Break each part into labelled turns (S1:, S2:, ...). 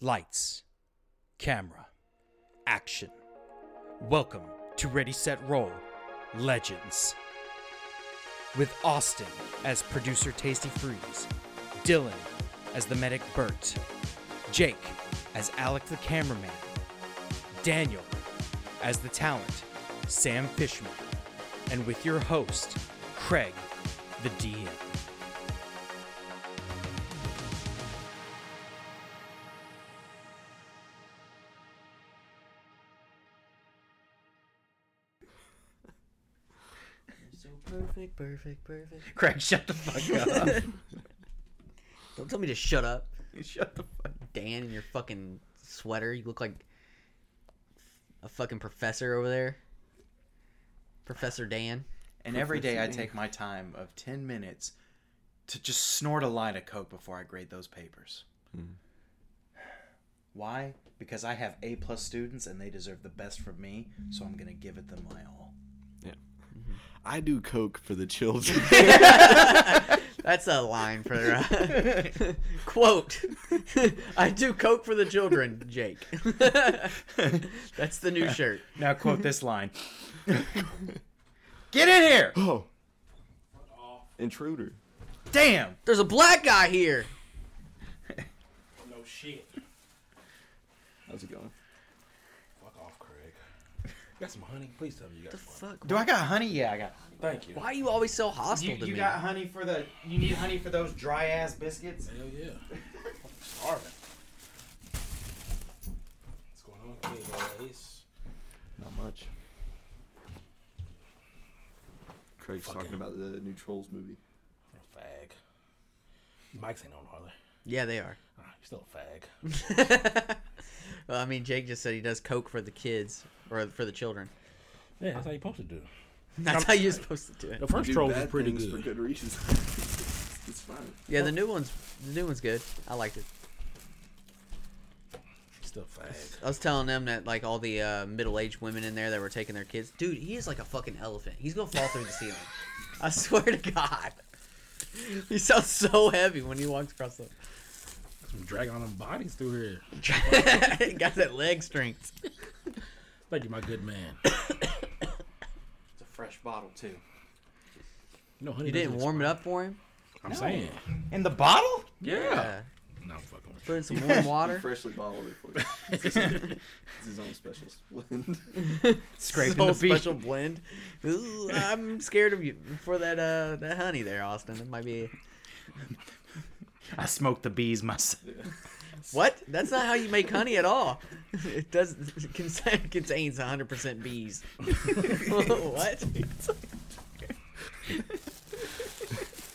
S1: Lights, camera, action. Welcome to Ready Set Roll Legends. With Austin as producer Tasty Freeze, Dylan as the medic Bert, Jake as Alec the cameraman, Daniel as the talent Sam Fishman, and with your host Craig the DM.
S2: So perfect, perfect, perfect.
S1: Craig, shut the fuck up.
S2: Don't tell me to shut up,
S1: shut the fuck
S2: Dan, in your fucking sweater. You look like a fucking professor over there. Professor Dan.
S3: And every day I take my time of 10 minutes to just snort a line of coke before I grade those papers. Why? Because I have A plus students and they deserve the best from me, so I'm going to give it them my all.
S4: Yeah. I do coke for the children.
S2: That's a line for the quote. I do coke for the children, Jake. That's the new shirt.
S3: Now quote this line. Get in here.
S4: oh. Intruder.
S3: Damn.
S2: There's a black guy here.
S5: No shit.
S4: How's it going?
S5: Fuck off, Craig. Got some honey? Please tell me you got
S2: The
S5: some honey.
S2: fuck?
S3: Do I got honey? Yeah, I got.
S5: Thank you.
S2: Why are you always so hostile to me?
S3: honey for the you need honey for those dry ass biscuits?
S5: Hell yeah. I'm starving. What's going on, kid? Guys?
S4: Not much. Craig's talking about the new Trolls movie.
S5: A fag. These mics ain't on, are they?
S2: yeah, they are.
S5: Alright, you still a fag.
S2: Well, I mean, Jake just said he does coke for the kids or for the children.
S5: yeah, that's how you're supposed to do.
S2: That's how you're supposed to do it.
S5: The first
S4: Do
S5: troll was
S4: bad
S5: pretty
S4: things
S5: good.
S4: for good reasons. it's fine.
S2: Yeah, the new one's the new one's good. I liked it.
S5: Still a fag.
S2: I was telling them that like all the uh, middle-aged women in there that were taking their kids, dude, he is like a fucking elephant. He's gonna fall through the ceiling. I swear to God, he sounds so heavy when he walks across the.
S5: I'm dragging on them bodies through here.
S2: he got that leg strength.
S5: Thank you, my good man.
S3: It's a fresh bottle too.
S5: No honey.
S2: You didn't warm it up for him.
S5: I'm saying.
S3: In the bottle?
S5: Yeah.
S2: Yeah.
S5: No, I'm fucking with
S2: Put
S5: you.
S2: in some warm
S4: He
S2: water.
S4: freshly bottled it for you. It's his own, it's his own special blend.
S3: Scraping
S2: Whole
S3: the beach.
S2: special blend. Ooh, I'm scared of you for that uh that honey there, Austin. It might be
S3: I smoked the bees myself.
S2: What? That's not how you make honey at all. It does it con- contains 100% bees. what?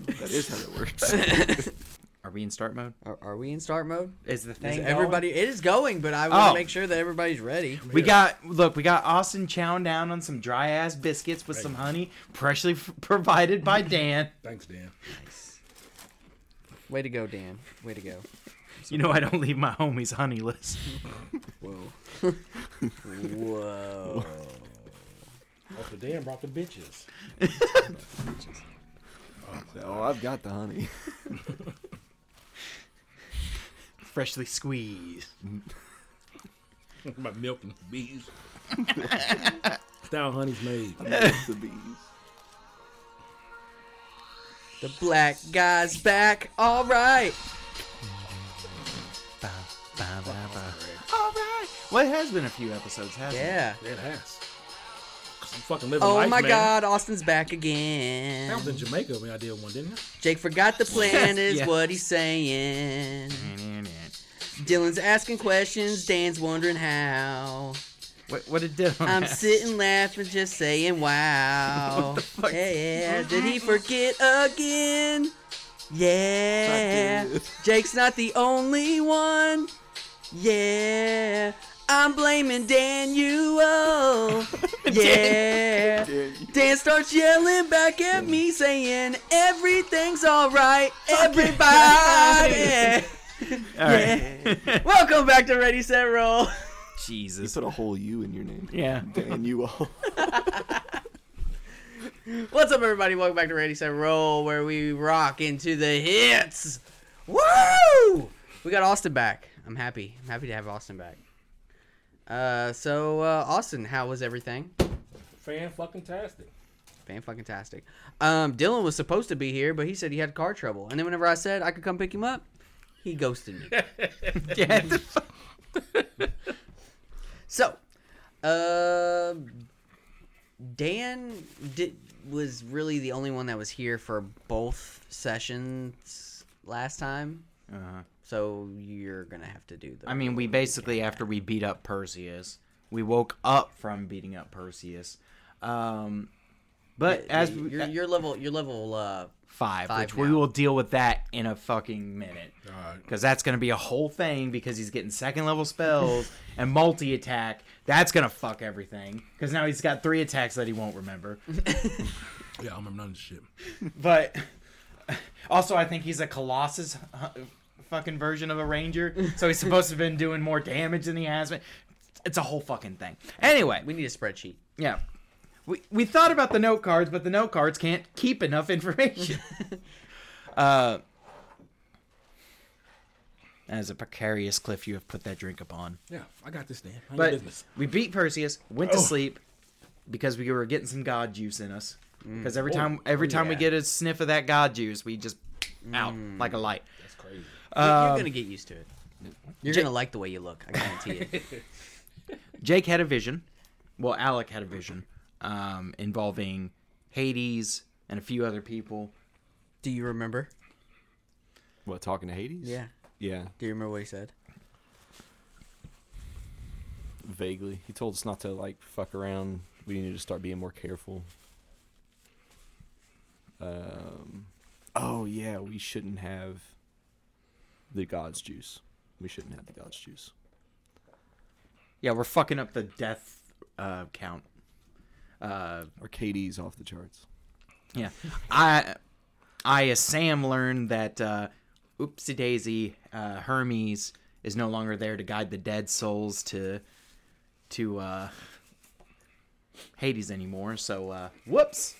S4: That is how it works.
S3: Are we in start mode?
S2: Are, are we in start mode?
S3: Is the thing
S2: Is
S3: going?
S2: everybody it is going, but I want to
S3: Oh.
S2: make sure that everybody's ready.
S3: We got look, we got Austin chowing down on some dry ass biscuits with some honey, freshly f- provided by Dan.
S5: Thanks, Dan.
S2: Way to go, Dan. Way to go.
S3: You know I don't leave my homies honeyless.
S4: Whoa.
S2: Whoa.
S5: Also, Dan brought the bitches.
S4: Oh, I've got the honey.
S3: Freshly squeezed.
S5: my milk and bees. That's how honey's made.
S4: It's the bees.
S2: The black guy's back. All right.
S3: Ba, ba, ba, ba. All right. Well, it has been a few episodes, hasn't it?
S2: Yeah.
S5: It has. 'Cause I'm fucking living
S2: Oh
S5: life,
S2: my
S5: man.
S2: god, Austin's back
S5: That was in
S2: again.
S5: Jamaica when I did one, didn't I?
S2: Jake forgot the plan is
S3: Yeah.
S2: what he's saying.
S5: Mm-hmm.
S2: Dylan's asking questions, Dan's wondering how.
S3: What, what did Dylan?
S2: I'm
S3: ask?
S2: sitting laughing, just saying wow.
S3: What the fuck?
S2: Yeah, did he forget again? Yeah.
S4: I did.
S2: Jake's not the only one. Yeah. I'm blaming Dan Uo. yeah.
S4: Damn you.
S2: Dan starts yelling back at me, saying everything's alright, everybody.
S3: All right.
S2: Welcome back to Ready Set Roll.
S4: You
S3: Jesus.
S4: put a whole U in your name.
S3: Yeah.
S4: And you all.
S2: What's up, everybody? Welcome back to Ready Set Roll, where we rock into the hits. Woo! We got Austin back. I'm happy. I'm happy to have Austin back. Uh, so uh, Austin, how was everything?
S6: Fan fucking tastic.
S2: Fan fucking tastic. Um, Dylan was supposed to be here, but he said he had car trouble. And then whenever I said I could come pick him up, he ghosted me.
S3: Yeah.
S2: so, uh, Dan did, was really the only one that was here for both sessions last time.
S3: Uh,
S2: So you're gonna have to do the.
S3: I mean, we basically after we beat up Perseus, we woke up from beating up Perseus. Um, but
S2: Yeah,
S3: as
S2: yeah,
S3: we,
S2: your, your level, your level, uh,
S3: five,
S2: five
S3: which we
S2: now.
S3: will deal with that in a fucking minute. because that's going to be a whole thing because he's getting second level spells and multi attack. That's going to fuck everything because now he's got three attacks that he won't remember.
S6: Yeah, I remember none of this shit.
S3: But also, I think he's a Colossus uh, fucking version of a Ranger, so he's supposed to have been doing more damage than he has been. It's a whole fucking thing. Anyway,
S2: we need a spreadsheet.
S3: yeah. We, we thought about the note cards, but the note cards can't keep enough information. uh, that is a precarious cliff you have put that drink upon.
S6: Yeah, I got this, Dan. Mind your
S3: But
S6: business.
S3: we beat Perseus, went to
S6: Oh.
S3: sleep because we were getting some god juice in us. Because every
S6: Oh,
S3: time every
S2: oh
S3: time we
S2: yeah.
S3: get a sniff of that god juice, we just out
S6: Mm.
S3: like a light.
S6: That's crazy.
S2: You're- you're
S3: Um,
S2: gonna get used to it. You're
S3: J-
S2: gonna like the way you look. I guarantee it.
S3: Jake had a vision. Well, Alec had a vision um, involving Hades and a few other people.
S2: Do you remember?
S4: What talking to Hades?
S2: Yeah.
S4: Yeah,
S2: Do you remember what he said?
S4: vaguely. He told us not to like fuck around. We need to start being more careful. Um. Oh yeah, we shouldn't have the God's juice. We shouldn't have the God's juice.
S3: Yeah, we're fucking up the death uh, count. Uh,
S4: Our KD's off the charts.
S3: yeah, I, I as Sam learned that uh, Oopsie Daisy uh, Hermes is no longer there to guide the dead souls to, to uh, Hades anymore. So uh, whoops.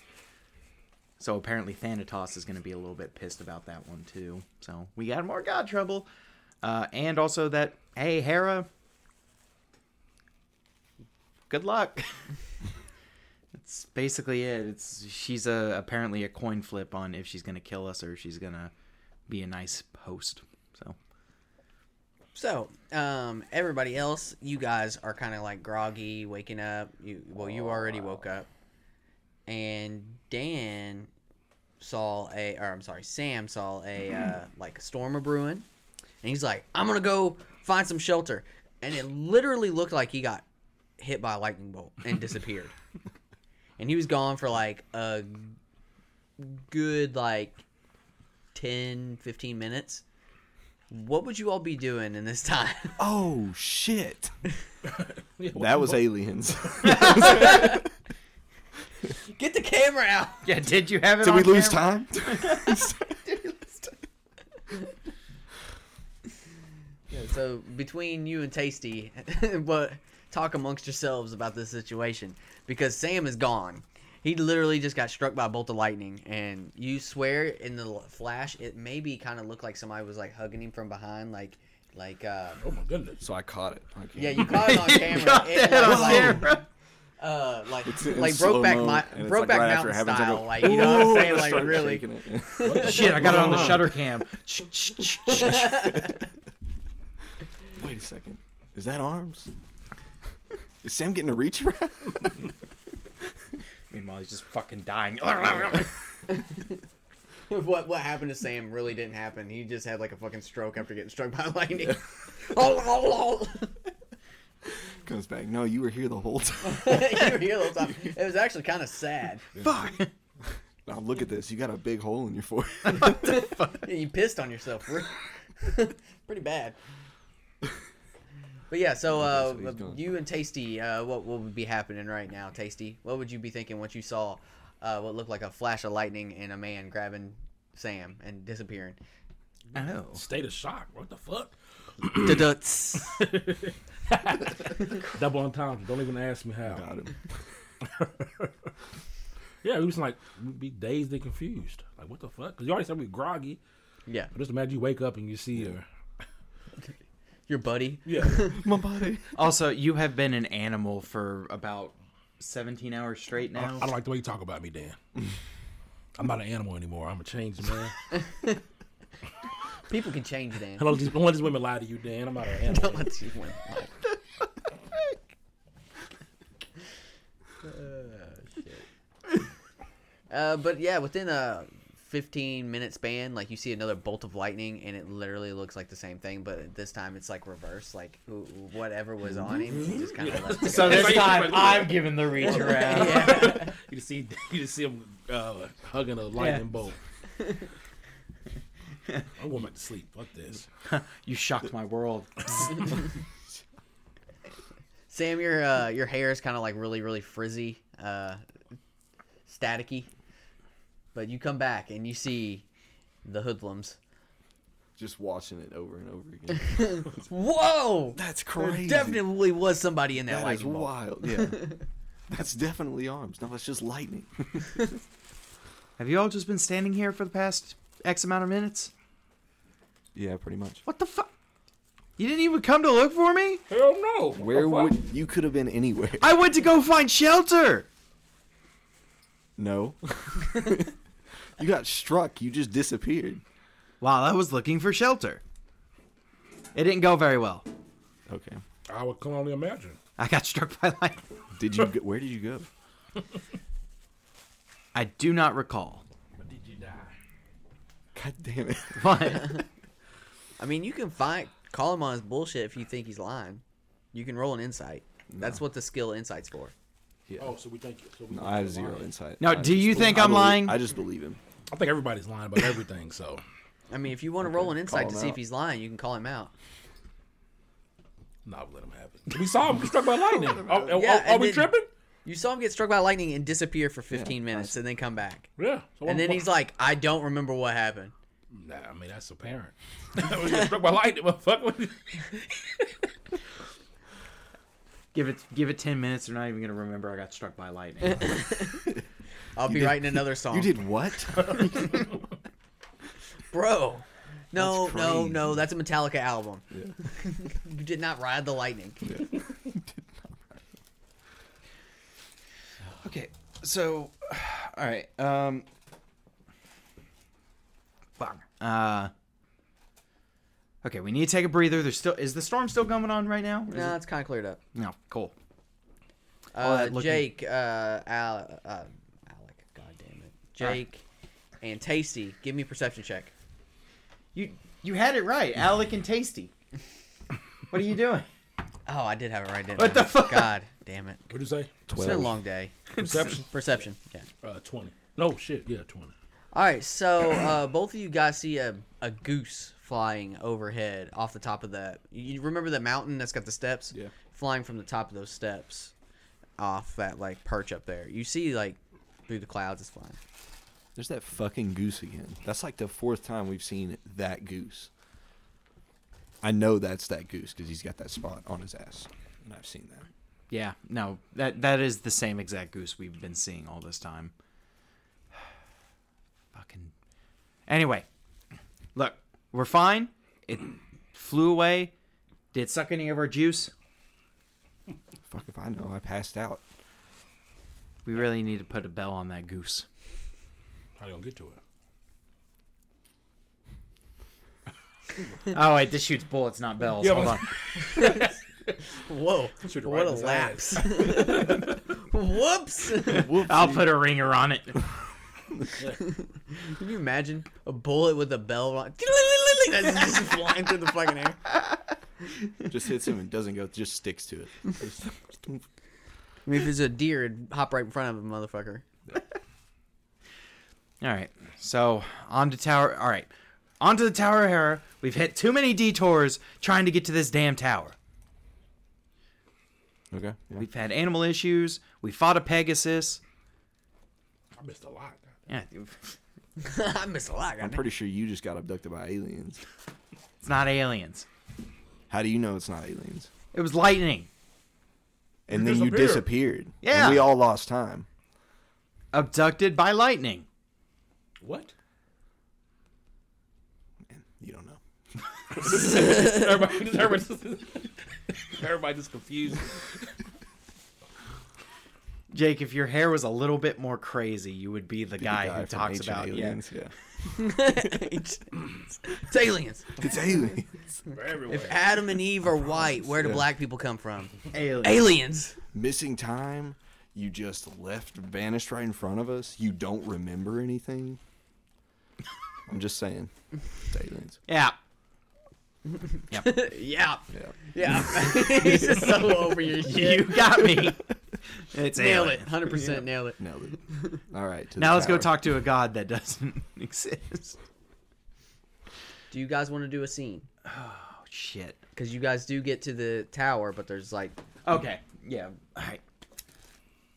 S3: So apparently Thanatos is going to be a little bit pissed about that one too. So we got more god trouble, uh, and also that hey Hera. Good luck. That's basically it. It's she's a apparently a coin flip on if she's gonna kill us or if she's gonna be a nice host. So
S2: So, um, everybody else, you guys are kind of like groggy, waking up. You well, you already woke up, and Dan saw a, or I'm sorry, Sam saw a uh, like a storm a brewing, and he's like, I'm gonna go find some shelter, and it literally looked like he got hit by a lightning bolt and disappeared, and he was gone for like a good like 10, 15 minutes. What would you all be doing in this time?
S4: Oh shit!
S6: Yeah,
S4: that was aliens.
S2: Get the camera out.
S3: yeah, did you have it?
S4: Did we
S3: on
S4: lose
S3: camera?
S4: time?
S2: So between you and Tasty, but talk amongst yourselves about this situation because Sam is gone. He literally just got struck by a bolt of lightning, and you swear in the l- flash it maybe kind of looked like somebody was like hugging him from behind, like like uh,
S6: oh my goodness.
S4: so I caught it. I can't-
S2: yeah, you caught it on camera.
S3: Got
S2: It,
S3: that
S2: like,
S3: on
S2: like,
S3: camera.
S2: uh, like
S4: in
S2: like
S4: slow-mo,
S2: Brokeback my
S4: and it's,
S2: Brokeback
S4: like, right after
S2: Mountain
S4: it happens, I go,
S2: style, like you know what I'm saying, like
S4: Start
S2: really.
S4: shaking it.
S3: Shit, I got it on the
S6: Hold on.
S3: shutter cam.
S4: Wait a second. Is that arms? Is Sam getting a reach around?
S3: Meanwhile, he's just fucking dying.
S2: what what happened to Sam really didn't happen. He just had like a fucking stroke after getting struck by lightning. oh, oh, oh.
S4: Comes back. No, you were here the whole time.
S2: You were here the whole time. It was actually kind of sad.
S3: Fuck.
S4: Now look at this. You got a big hole in your forehead.
S2: Yeah, you pissed on yourself. re- Pretty bad. But yeah, so uh,
S4: that's what he's doing.
S2: you and Tasty, uh, what what would be happening right now, Tasty? What would you be thinking once you saw uh, what looked like a flash of lightning and a man grabbing Sam and disappearing?
S3: Oh,
S6: State of shock. What the fuck?
S2: Duduts.
S6: Double on time. Don't even ask me how.
S4: Got him.
S6: Yeah, we was like, we'd be dazed and confused. Like, what the fuck? Because you already said we groggy.
S2: yeah.
S6: Just imagine you wake up and you see her
S2: Your buddy.
S6: Yeah.
S4: My body.
S3: Also, you have been an animal for about 17 hours straight
S5: I
S3: now.
S5: don't like the way you talk about me, Dan. I'm not an animal anymore. I'm a changed man.
S2: People can change, Dan.
S6: Don't let these, don't let these women lie to you, Dan. I'm out of hand.
S2: Don't let these women lie. Oh, Uh, but yeah, within a 15 minute span, like you see another bolt of lightning, and it literally looks like the same thing, but this time it's like reverse. Like who- whatever was on him, he just kind of left. it
S3: So
S6: It's like-
S3: this time, I'm giving the reach around.
S2: go. yeah.
S6: You just see, you just see him uh, hugging a lightning bolt.
S5: I'm going back to sleep. Fuck this.
S3: You shocked my world.
S2: Sam, your uh, your hair is kind of like really really frizzy, uh, staticky. But you come back and you see the hoodlums.
S4: Just watching it over and over again.
S2: Whoa!
S4: That's
S2: There
S4: crazy.
S2: definitely was somebody in that
S4: That is
S2: lightning bolt.
S4: wild. Yeah. that's definitely arms. No, that's just lightning.
S3: Have you all just been standing here for the past X amount of minutes?
S4: yeah, pretty much.
S3: What the fuck? You didn't even come to look for me?
S6: Hell no.
S4: Where
S6: What the
S4: would you could have been anywhere?
S3: I went to go find shelter.
S4: No. you got struck. You just disappeared.
S3: While I was looking for shelter. It didn't go very well.
S4: Okay.
S5: I would can only imagine.
S3: I got struck by lightning.
S4: Did you? Go, where did you go?
S3: I do not recall.
S4: God damn it.
S3: But
S2: I mean, you can find call him on his bullshit if you think he's lying. You can roll an insight. That's what the skill insight's for.
S5: Oh, so we think. So we
S4: No,
S5: think
S4: I have
S5: you're
S4: zero
S5: lying.
S4: insight.
S3: Now,
S4: I
S3: do
S4: just
S3: you think
S4: I
S3: I'm
S4: believe-
S3: lying?
S4: I just believe him.
S5: I think everybody's lying about everything. So
S2: I mean, if you want to roll an insight
S4: call
S2: to
S4: him
S2: see if
S4: out.
S2: he's lying, you can call him out.
S5: not let him have it. We saw him struck by lightning. Are, are-
S2: Yeah,
S5: are
S2: and
S5: we
S2: then-
S5: tripping?
S2: You saw him get struck by lightning and disappear for 15 minutes and then come back.
S5: Yeah. So
S2: And
S5: I'm-
S2: then he's like, I don't remember what happened.
S5: Nah, I mean that's apparent. we get struck by lightning, motherfucker.
S3: give it give it 10 minutes, they're not even going to remember I got struck by lightning.
S2: I'll be
S4: did-
S2: writing another song.
S4: You did what?
S2: Bro. No,
S4: That's
S2: no,
S4: crazy.
S2: no. That's a Metallica album. you did not ride the lightning.
S3: Okay, so, all right. Um, fuck. Uh, okay, we need to take a breather. There's still is the storm still going on right now? Is
S2: No,
S3: it-
S2: it's kind of cleared up.
S3: no. Cool. All
S2: Uh,
S3: that looking-
S2: Jake, uh, Al, uh, Alec, god damn it. Jake and Tasty, give me a perception check.
S3: You you had it right, Alec and Tasty. What are you doing?
S2: Oh, I did have it right, didn't
S3: What
S2: I?
S3: the fuck?
S2: God damn it.
S5: What'd you say?
S2: It's been a long day.
S5: Perception.
S2: Perception, yeah.
S5: Uh, twenty. No shit. Yeah, twenty.
S2: All right, so uh, both of you guys see a, a goose flying overhead off the top of the. You remember the mountain that's got the steps?
S4: Yeah.
S2: Flying from the top of those steps off that, like, perch up there. You see, like, through the clouds, it's flying.
S4: There's that fucking goose again. That's like the fourth time we've seen that goose. I know that's that goose because he's got that spot on his ass, and I've seen that.
S3: Yeah, no, that that is the same exact goose we've been seeing all this time. Fucking. Anyway, look, we're fine. It flew away. Did it suck any of our juice?
S4: Fuck if I know. I passed out.
S3: We really need to put a bell on that goose.
S5: How you gonna get to it?
S3: Oh wait, this shoots bullets, not bells.
S5: Yeah,
S3: Hold
S5: but-
S3: on.
S2: Whoa.
S5: Shoot
S2: What
S5: right
S2: a
S5: in his
S2: lapse. Whoops.
S3: I'll put a ringer on it.
S2: Can you imagine a bullet with a bell on? That's just flying through the fucking air.
S4: Just hits him and doesn't go. Just sticks to it.
S2: I mean, if it's a deer, it'd hop right in front of a motherfucker.
S3: All right, so on to tower. All right, onto the Tower of Hera. We've hit too many detours trying to get to this damn tower.
S4: okay. yeah.
S3: We've had animal issues. We fought a Pegasus.
S5: I missed a lot.
S3: Yeah,
S2: I miss a lot.
S4: I'm
S2: goddamn.
S4: pretty sure you just got abducted by aliens.
S3: it's not aliens.
S4: How do you know it's not aliens?
S3: It was lightning.
S4: And
S5: You
S4: then you
S5: disappeared.
S4: disappeared.
S3: Yeah.
S4: And we all lost time.
S3: Abducted by lightning.
S5: What?
S4: You don't know.
S5: everybody, just, everybody, just- everybody just confused.
S3: Jake, if your hair was a little bit more crazy, you would be the, guy, who
S4: from
S3: talks
S4: Ancient
S3: about yeah.
S4: aliens. Yeah.
S2: it's aliens.
S4: It's alien.
S5: They're everywhere.
S2: If Adam and Eve are white, where do black people come from?
S3: Alien.
S2: Aliens.
S4: Missing time. You just left, vanished right in front of us. You don't remember anything. I'm just saying. It's aliens.
S3: Yeah.
S2: yeah.
S4: Yeah.
S2: Yeah. He's just so over your shit.
S3: You got me. It's
S2: nailed
S3: alien.
S2: it. 100% nailed it.
S4: Nailed it. All right. to the
S3: Now let's go
S4: tower.
S3: talk to a god that doesn't exist.
S2: Do you guys want to do a scene?
S3: Oh shit.
S2: Because you guys do get to the tower, but there's like.
S3: Okay. Yeah. All right.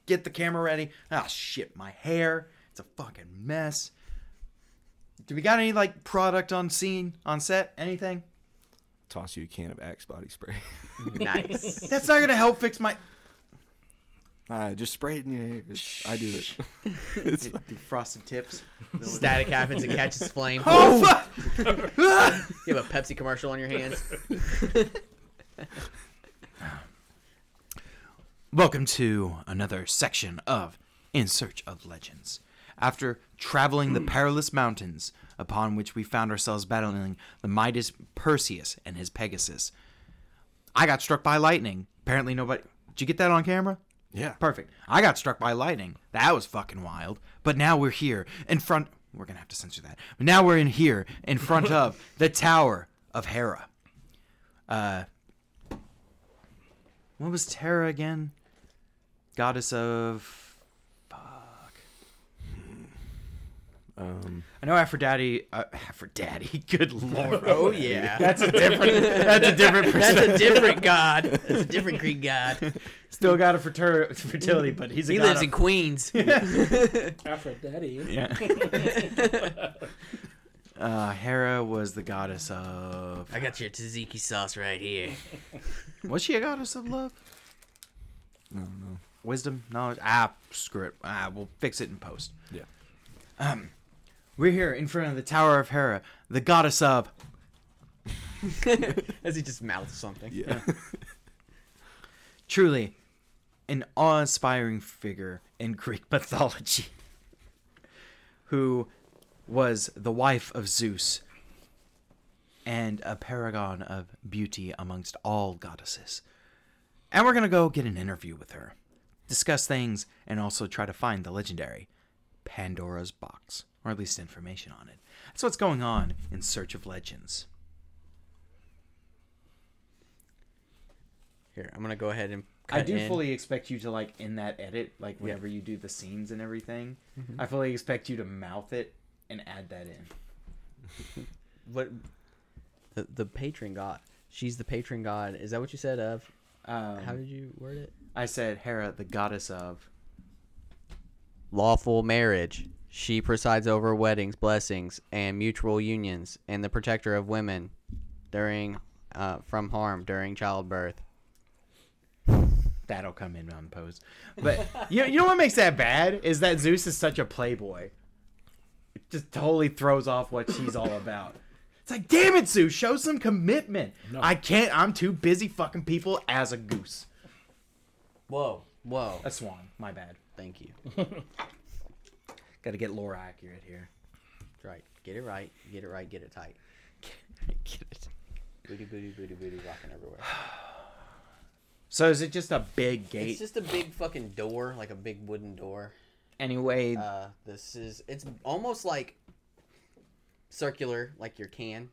S3: Get the camera ready. Ah, shit. My hair. It's a fucking mess. Do we got any like product on scene on set? Anything?
S4: Toss you a can of Axe body spray.
S2: Nice.
S3: That's not gonna help fix my.
S4: Ah, just spray it in your hair. It's- I do it.
S3: frosted tips.
S2: Static happens and catches flame.
S3: Oh fuck!
S2: You have a Pepsi commercial on your hands.
S3: Welcome to another section of In Search of Legends. After traveling the perilous mountains upon which we found ourselves battling the Midas Perseus and his Pegasus, I got struck by lightning. Apparently, nobody. Did you get that on camera?
S4: Yeah.
S3: Perfect. I got struck by lightning. That was fucking wild. But now we're here in front. We're gonna have to censor that. But now we're in here in front of the Tower of Hera. Uh, what was Terra again? Goddess of.
S4: Um,
S3: I know Aphrodite. Uh, Aphrodite. Good lord.
S2: Oh, yeah.
S3: That's a different. That's a different.
S2: That's
S3: Perspective.
S2: a different god. That's a different Greek god.
S3: Still got a frater- fertility, but he's a
S2: He
S3: god
S2: lives
S3: of-
S2: in Queens.
S6: Aphrodite.
S3: Yeah. uh, Hera was the goddess of.
S2: I got your tzatziki sauce right here.
S3: Was she a goddess of love?
S4: no, no.
S3: Wisdom? Knowledge? Ah, screw it. Ah, we'll fix it in post.
S4: Yeah.
S3: We're here in front of the Tower of Hera, the goddess of.
S2: As he just mouths something.
S4: Yeah.
S3: Truly, an awe inspiring figure in Greek mythology, who was the wife of Zeus and a paragon of beauty amongst all goddesses. And we're going to go get an interview with her, discuss things, and also try to find the legendary Pandora's box, or at least information on it. That's what's going on in Search of Legends.
S2: Here, I'm gonna go ahead and.
S3: I
S2: cut
S3: do
S2: in.
S3: fully expect you to like in that edit, like whenever you do the scenes and everything.
S2: Mm-hmm.
S3: I fully expect you to mouth it and add that in.
S2: What? The, the patron god. She's the patron god. Is that what you said? Of how
S3: Um,
S2: did you word it?
S3: I said Hera, the goddess of.
S2: Lawful marriage. She presides over weddings, blessings, and mutual unions, and the protector of women during uh, from harm during childbirth.
S3: That'll come in on pose, but you know, you know what makes that bad is that Zeus is such a playboy. It just totally throws off what she's all about. It's like, damn it, Zeus, show some commitment. I can't. I'm too busy fucking people as a goose,
S2: Whoa, whoa!
S3: a swan. My bad.
S2: Thank you.
S3: Got to get lore accurate here.
S2: Right, get it right, get it right, get it tight.
S3: Get it.
S2: Booty, booty, booty, booty, rocking everywhere.
S3: So is it just a big gate?
S2: It's just a big fucking door, like a big wooden door.
S3: anyway,
S2: Uh, this is it's almost like circular, like your can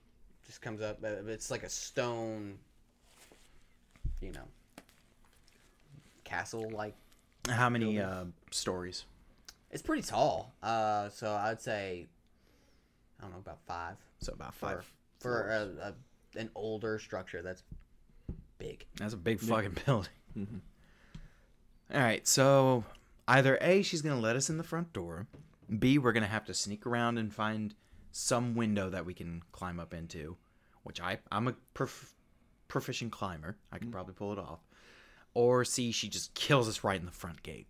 S2: just comes up. but It's like a stone, you know, castle. Like
S3: how many uh, stories?
S2: it's pretty tall. Uh, so I'd say I don't know about five
S3: So about
S2: for
S3: five.
S2: for a, a, an older structure that's big.
S3: That's a big fucking building. All right, so either A, she's gonna let us in the front door. B, we're gonna have to sneak around and find some window that we can climb up into, which I I'm a prof- proficient climber. I can probably pull it off. Or C, she just kills us right in the front gate.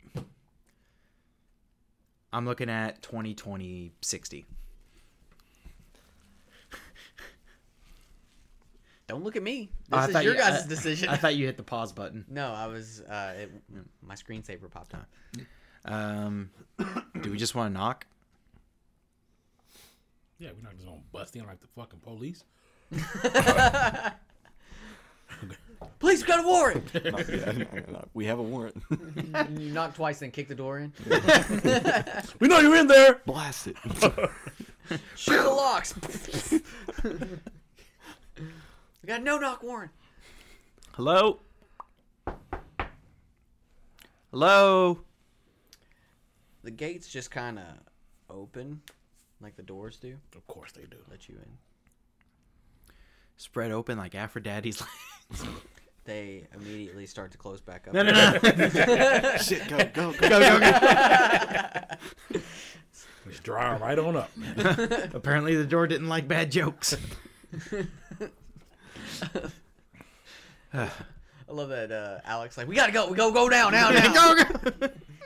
S3: I'm looking at 20, 20, 60.
S2: Don't look at me.
S3: Oh, I
S2: This
S3: thought
S2: is your
S3: you-
S2: guys'
S3: I-
S2: decision.
S3: I thought you hit the pause button.
S2: no, I was. Uh, it, my screensaver popped up.
S3: Um, do we just want to knock?
S5: Yeah, we're not just gonna bust in like the fucking police.
S2: Police got a warrant.
S4: Not- yeah, no, no, no. We have a warrant.
S2: you knock twice, then kick the door in.
S5: We know you're in there.
S4: Blast it.
S2: Shoot the locks. we got a no knock warrant.
S3: Hello? Hello?
S2: The gates just kind of open, like the doors do.
S5: Of course they do.
S2: Let you in.
S3: Spread open like Aphrodite's.
S2: They immediately start to close back up.
S4: Shit, go, go, go.
S5: Just drive right on up.
S3: Apparently, the door didn't like bad jokes.
S2: I love that uh, Alex. Like we gotta go. We go go down now now.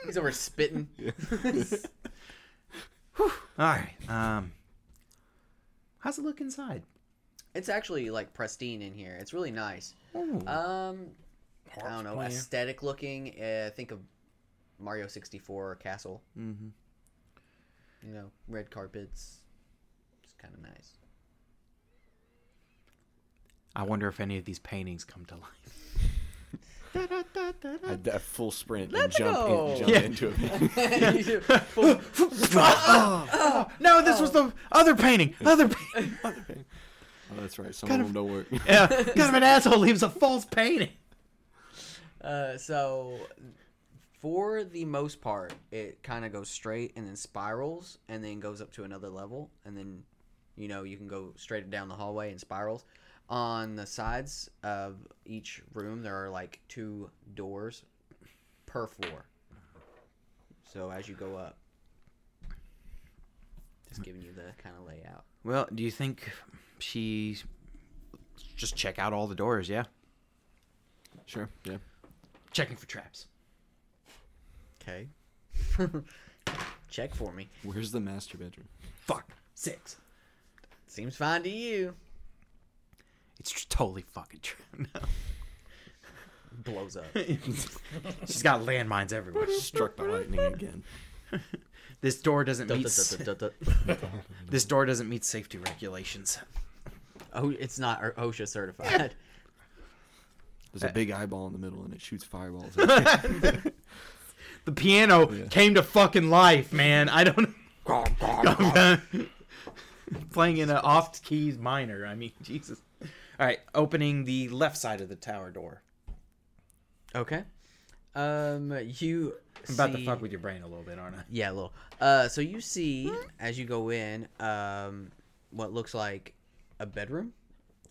S2: He's over spitting.
S3: All right. Um, how's it look inside?
S2: It's actually like pristine in here. It's really nice.
S3: Ooh.
S2: Um, I
S5: Harp's
S2: don't know,
S5: playing.
S2: aesthetic looking. Uh, think of Mario 64 castle. Mm-hmm. You know, red carpets. It's kind of nice.
S3: I wonder if any of these paintings come to life.
S4: I, that full sprint and jump,
S2: go.
S4: in, jump
S3: Yeah.
S4: into it.
S3: No, this was the other painting. Other painting.
S4: Oh, that's right. Some of them don't work.
S3: yeah, kind of an asshole leaves a false painting.
S2: Uh, so, for the most part, it kind of goes straight and then spirals and then goes up to another level. And then, you know, you can go straight down the hallway and spirals. On the sides of each room, there are like two doors per floor. So, as you go up, just giving you the kind of layout.
S3: Well, do you think she just check out all the doors? Yeah,
S4: Sure. Yeah.
S3: checking for traps.
S2: Okay. Check for me.
S4: Where's the master bedroom?
S3: Fuck six.
S2: Seems fine to you.
S3: It's tr- totally fucking true. No.
S2: Blows up.
S3: She's got landmines everywhere.
S4: Struck by lightning again.
S3: This door doesn't meet. s-
S2: Dut-dut-dut-dut-dut.
S3: This door doesn't meet safety regulations.
S2: Oh, it's not O- OSHA certified.
S4: There's
S3: Uh,
S4: a big eyeball in the middle and it shoots fireballs.
S3: The piano came to fucking life, man. I don't. Playing in an off keys minor. I mean, Jesus. All right, opening the left side of the tower door.
S2: okay. Um, you
S3: I'm about
S2: see-
S3: to fuck with Hmm? your brain a little bit, aren't I?
S2: Yeah, a little. Uh, so you see as you go in, um, what looks like a bedroom.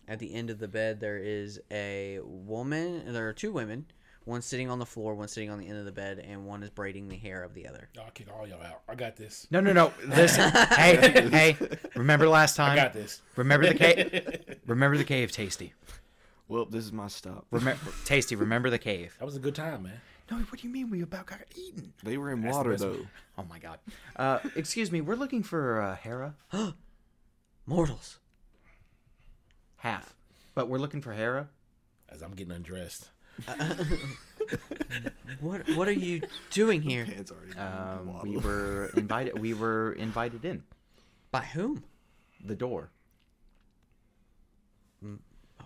S2: At the end of the bed, there is a woman. There are two women. One sitting on the floor, one sitting on the end of the bed, and one is braiding the hair of the other.
S5: Y'all kick all y'all out. I got this.
S3: No, no, no. Listen, hey, hey. Remember last
S5: I
S3: time?
S5: got this.
S3: Remember the cave. Remember the cave, Tasty.
S4: well, this is my stop.
S3: Remember, Tasty. Remember the cave.
S5: That was a good time, man.
S3: No, what do you mean we about got eaten?
S4: They were in
S5: the
S4: water
S5: best
S4: though.
S3: Oh my god. Uh, excuse me. We're looking for uh, Hera.
S2: Mortals.
S3: Half. But we're looking for Hera.
S5: As I'm getting undressed.
S2: What What are you doing here?
S4: It's already
S3: Um, we were invited. We were invited in
S2: By whom?
S3: the door.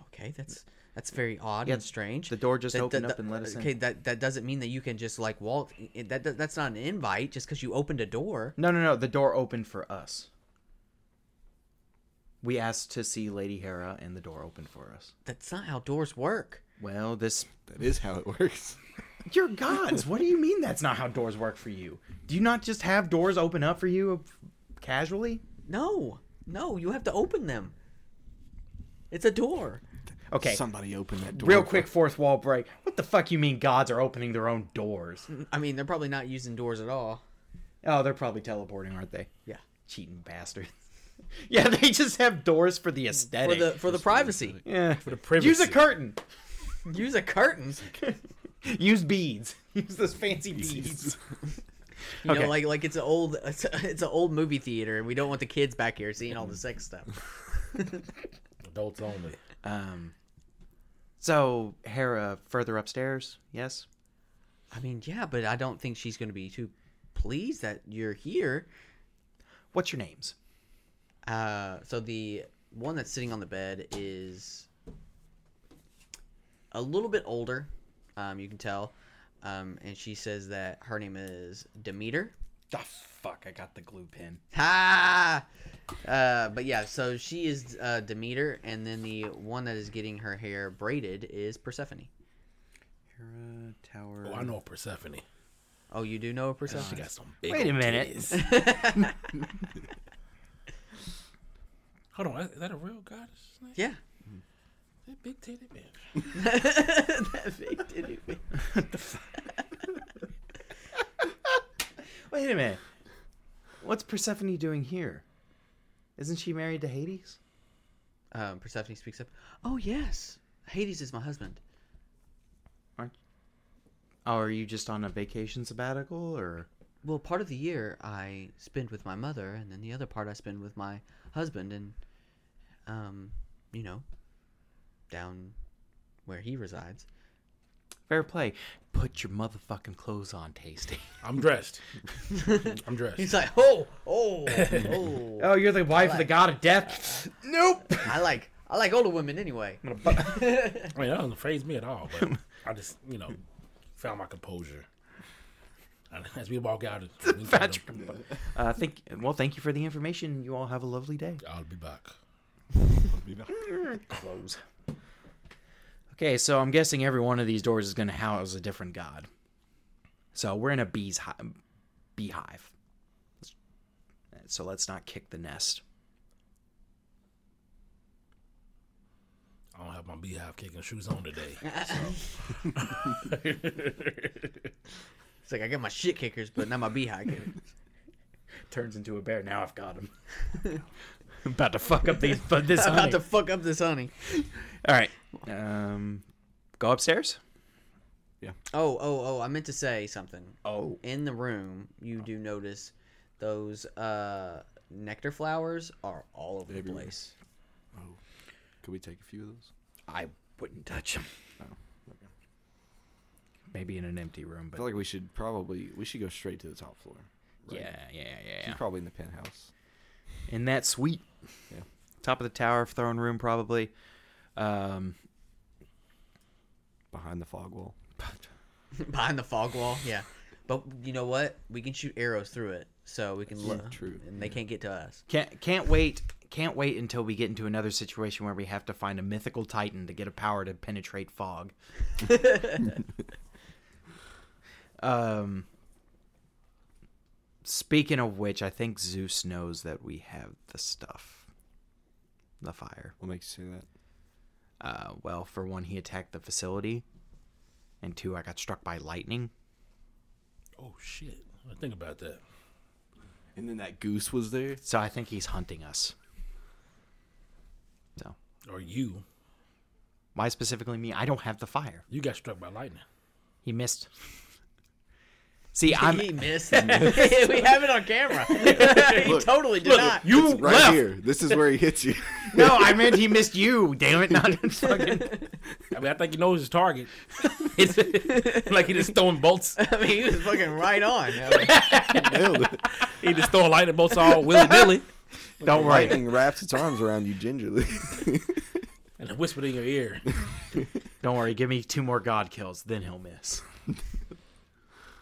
S2: Okay, that's that's very odd
S3: Yeah,
S2: and strange.
S3: the door just opened up and let us in.
S2: okay, that that doesn't mean that you can just like walk. i- That, that that's not an invite just because you opened a door.
S3: No, no, no. The door opened for us. We asked to see Lady Hera, and the door opened for us.
S2: That's not how doors work.
S3: Well, this.
S4: That is how it works.
S3: Your gods! What do you mean that's not how doors work for you? Do you not just have doors open up for you casually?
S2: No, no, you have to open them. It's a door.
S3: Okay.
S4: Somebody opened that door.
S3: Real quick, fourth wall break. What the fuck you mean gods are opening their own doors?
S2: I mean, they're probably not using doors at all.
S3: Oh, they're probably teleporting, aren't they?
S2: Yeah,
S3: Cheating bastards. yeah, they just have doors for the
S2: for
S3: aesthetic.
S2: the for the privacy,
S3: yeah.
S5: For the privacy.
S3: Use a curtain.
S2: use a curtain.
S3: Use beads. Use those fancy beads.
S2: You
S3: Okay.
S2: know, like like it's an old it's, a, it's an old movie theater, and we don't want the kids back here seeing all the sex stuff.
S5: Adults only.
S3: Um, So Hera further upstairs, yes?
S2: I mean, yeah, but I don't think she's going to be too pleased that you're here.
S3: What's your names?
S2: Uh, so the one that's sitting on the bed is a little bit older, um, you can tell, um, and she says that her name is Demeter.
S7: Ah, fuck! I got the glue pin.
S2: Ha! Uh, but yeah, so she is uh, Demeter, and then the one that is getting her hair braided is Persephone.
S7: Hera Tower.
S5: Oh, I know Persephone.
S2: Oh, you do know
S5: She
S2: Persephone?
S5: got some big.
S3: Wait
S5: old
S3: a minute.
S5: titties. Hold on, is that a real goddess? name?
S2: yeah.
S5: That big titty bitch.
S2: that big titty bitch.
S3: Wait a minute. What's Persephone doing here? Isn't she married to Hades?
S2: Um, Persephone speaks up. Oh yes, Hades is my husband.
S3: Oh, are you just on a vacation sabbatical or
S2: Well, part of the year I spend with my mother, and then the other part I spend with my husband, and um, you know, down where he resides.
S3: fair play? Put your motherfucking clothes on, Tasty.
S5: I'm dressed. I'm dressed.
S2: He's like, oh, oh, oh.
S3: Oh, you're the wife of the god of death. nope.
S2: I like, I like older women anyway.
S5: I mean, that doesn't phase me at all. But I just, you know, found my composure. And As we walk out, we tell them,
S3: Uh, thank well, thank you for the information. You all have a lovely day.
S5: I'll be back.
S3: Close. Okay, so I'm guessing every one of these doors is going to house a different god. So we're in a bee's hi- beehive. So let's not kick the nest.
S5: I don't have my beehive kicking shoes on today.
S2: It's like I got my shit kickers, but not my beehive kickers.
S3: Turns into a bear. Now I've got him. about to fuck up these, but this.
S2: I'm about
S3: honey.
S2: to fuck up this honey.
S3: All right. Um, go upstairs.
S2: Oh, oh, oh! I meant to say something.
S3: Oh,
S2: in the room, you do notice those uh, nectar flowers are all over the
S4: Everywhere.
S2: place.
S4: Could we take a few of those?
S7: I wouldn't touch him.
S4: Oh,
S3: maybe in an empty room,
S4: I
S3: but
S4: feel like we should probably we should go straight to the top floor.
S3: yeah, yeah, yeah, yeah.
S4: She's probably in the penthouse.
S3: in that suite.
S4: Yeah.
S3: Top of the tower, throne room, probably. Um,
S4: Behind the fog wall.
S2: Behind the fog wall, yeah. But you know what? We can shoot arrows through it, so we can look.
S4: true,
S2: And they can't get to us.
S3: can't can't wait. Can't wait until we get into another situation where we have to find a mythical titan to get a power to penetrate fog. um, speaking of which, I think Zeus knows that we have the stuff, the fire.
S4: What makes you say that?
S3: Uh, well, for one, he attacked the facility, and two, I got struck by lightning.
S5: Oh shit! I think about that.
S4: And then that goose was there.
S3: So I think he's hunting us. So
S5: Or you?
S3: why specifically me? I don't have the fire.
S5: You got struck by lightning.
S3: He missed. See, I'm
S2: He missed. it. we have it on camera. he totally did not.
S3: you
S4: Right here. This is where he hits you.
S3: No, I meant he missed you. Damn it! Not fucking.
S5: I mean, I think he knows his target. like he just throwing bolts.
S2: I mean, he was fucking right on.
S4: Nailed it.
S5: He just throwing lightning bolts all willy nilly
S3: Don't worry.
S4: Lightning wraps its arms around you gingerly.
S5: and then whispered in your ear.
S3: Don't worry. Give me two more god kills, then he'll miss.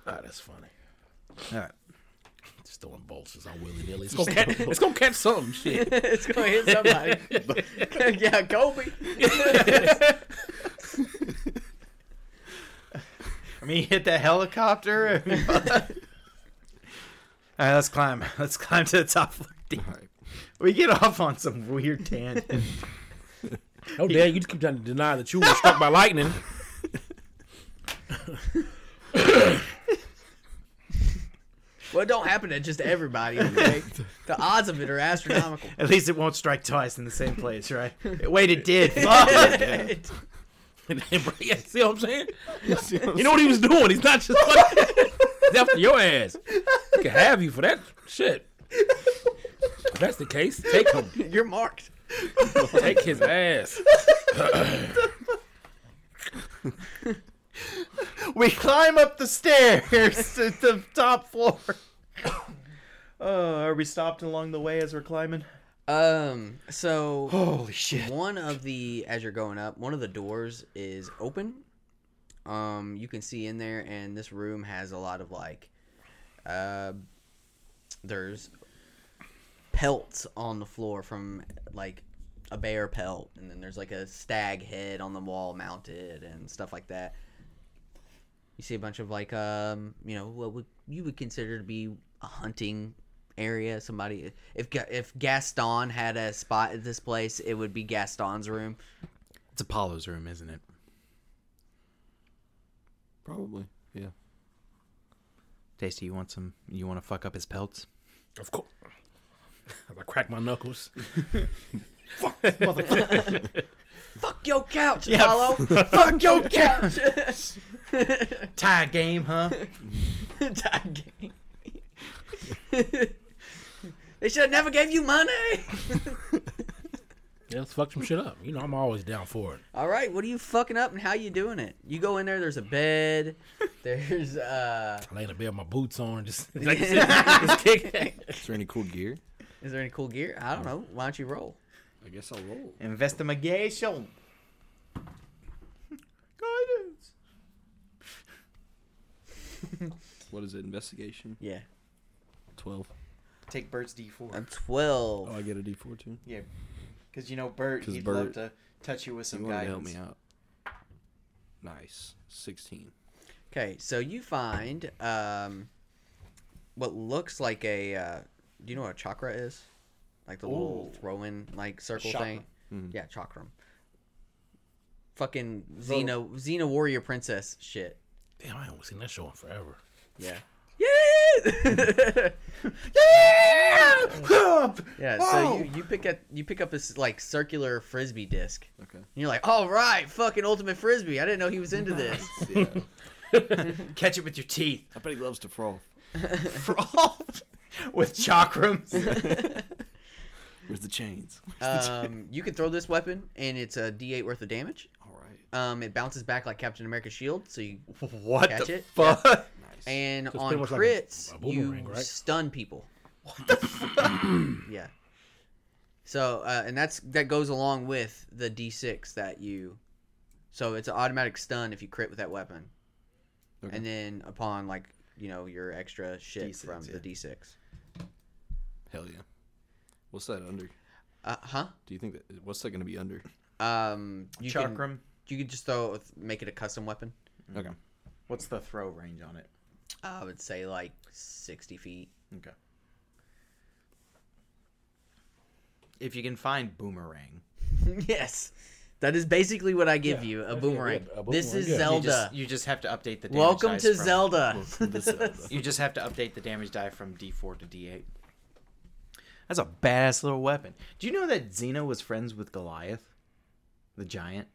S5: Ah, that's funny.
S3: All right.
S5: Just throwing bolts just all willy nilly. It's gonna, catch, it's gonna catch something. Shit.
S2: it's going to hit somebody. yeah, Kobe.
S3: I mean, he hit that helicopter. I mean, All right, let's climb. Let's climb to the top. floor.
S4: right.
S3: We get off on some weird tangent.
S5: No, Dad, you just keep trying to deny that you were struck by lightning.
S2: Well, it don't happen to just everybody. Okay? the odds of it are astronomical.
S3: At least it won't strike twice in the same place, right? Wait, it did. Fuck.
S5: yeah, see what I'm saying? You know what he was doing? He's not just fucking He's after your ass. He can have you for that shit. If that's the case, take him.
S2: You're marked.
S5: Take his ass.
S3: we climb up the stairs to the top floor. Uh, are we stopped along the way as we're climbing?
S2: Um. So
S3: Holy Oh, shit!
S2: one of the as you're going up, one of the doors is open. Um, you can see in there, and this room has a lot of like, uh, there's pelts on the floor from like a bear pelt, and then there's like a stag head on the wall mounted and stuff like that. You see a bunch of like, um, you know, what would you would consider to be a hunting area. Somebody, if Ga- if Gaston had a spot at this place, it would be Gaston's room.
S3: It's Apollo's room, isn't it?
S4: Probably. Yeah.
S3: Tasty, you want some? You want to fuck up his pelts?
S5: Of course. As I crack my knuckles.
S2: Fuck your couch, Apollo. Fuck your couch.
S3: Tie game, huh?
S2: Tied game. they should have never gave you money.
S5: Yeah, let's fuck some shit up. You know, I'm always down for it.
S2: All right, what are you fucking up and how you doing it? You go in there. There's a bed. There's uh.
S5: I lay in the bed with my boots on and just, like you said, just kick it.
S4: Is there any cool gear?
S2: Is there any cool gear? I don't know. Why don't you roll?
S4: I guess I'll roll.
S3: Investigation. Guidance.
S4: What is it? Investigation?
S2: Yeah,
S4: 12.
S3: Take Bert's D4.
S2: I'm 12.
S4: Oh, I get a d4 too?
S3: Yeah, because you know Bert,
S4: 'Cause
S3: he'd love
S4: Bert-
S3: to touch you with some
S4: you wanted
S3: guidance.
S4: to help me out. Nice. 16.
S2: Okay, so you find um, what looks like a. Uh, do you know what a chakra is? Like the little
S3: Ooh.
S2: throw-in like circle
S3: Chakra.
S2: thing. Yeah, chakram. Fucking Xena, Xena warrior princess shit.
S5: Damn, I haven't seen that show in forever.
S2: Yeah. Yeah. yeah. So you, you pick up you pick up this like circular frisbee disc.
S4: Okay.
S2: And you're like, all right, fucking ultimate frisbee. I didn't know he was into this.
S4: Yeah.
S3: Catch it with your teeth.
S4: I bet he loves to froth.
S3: Froth with chakrams.
S4: Where's the chains?
S2: Um, you can throw this weapon, and it's a D8 worth of damage.
S4: All right.
S2: Um, it bounces back like Captain America's shield, so you
S3: what
S2: Catch
S3: the
S2: it?
S3: fuck?
S4: Nice.
S2: and
S5: So it's
S2: on
S5: pretty much like a-
S2: crits
S5: a
S2: you
S5: boomerang, right?
S2: stun people. What the fuck? yeah. So uh, and that's that goes along with the D6 that you. So it's an automatic stun if you crit with that weapon,
S4: Okay.
S2: and then upon like you know your extra shit
S3: D6,
S2: from
S3: yeah.
S2: the D6.
S4: Hell yeah. What's that under?
S2: Uh huh.
S4: Do you think that what's that going to be under?
S2: Um, you Can,
S3: Chakram.
S2: you can just throw make it a custom weapon.
S4: Okay.
S3: What's the throw range on it?
S2: I would say like sixty feet.
S3: Okay. If you can find boomerang,
S2: yes, that is basically what I give
S5: Yeah,
S2: you a
S5: that's it,
S2: boomerang.
S5: yeah, a
S2: This is
S5: boomerang, yeah. You
S3: you
S2: Zelda.
S3: just, you just have to update the. damage
S2: Welcome
S3: dice
S2: to
S3: from-
S2: Zelda.
S3: You just have to update the damage die from D4 to D8. That's a badass little weapon. Do you know that Xena was friends with Goliath, the giant?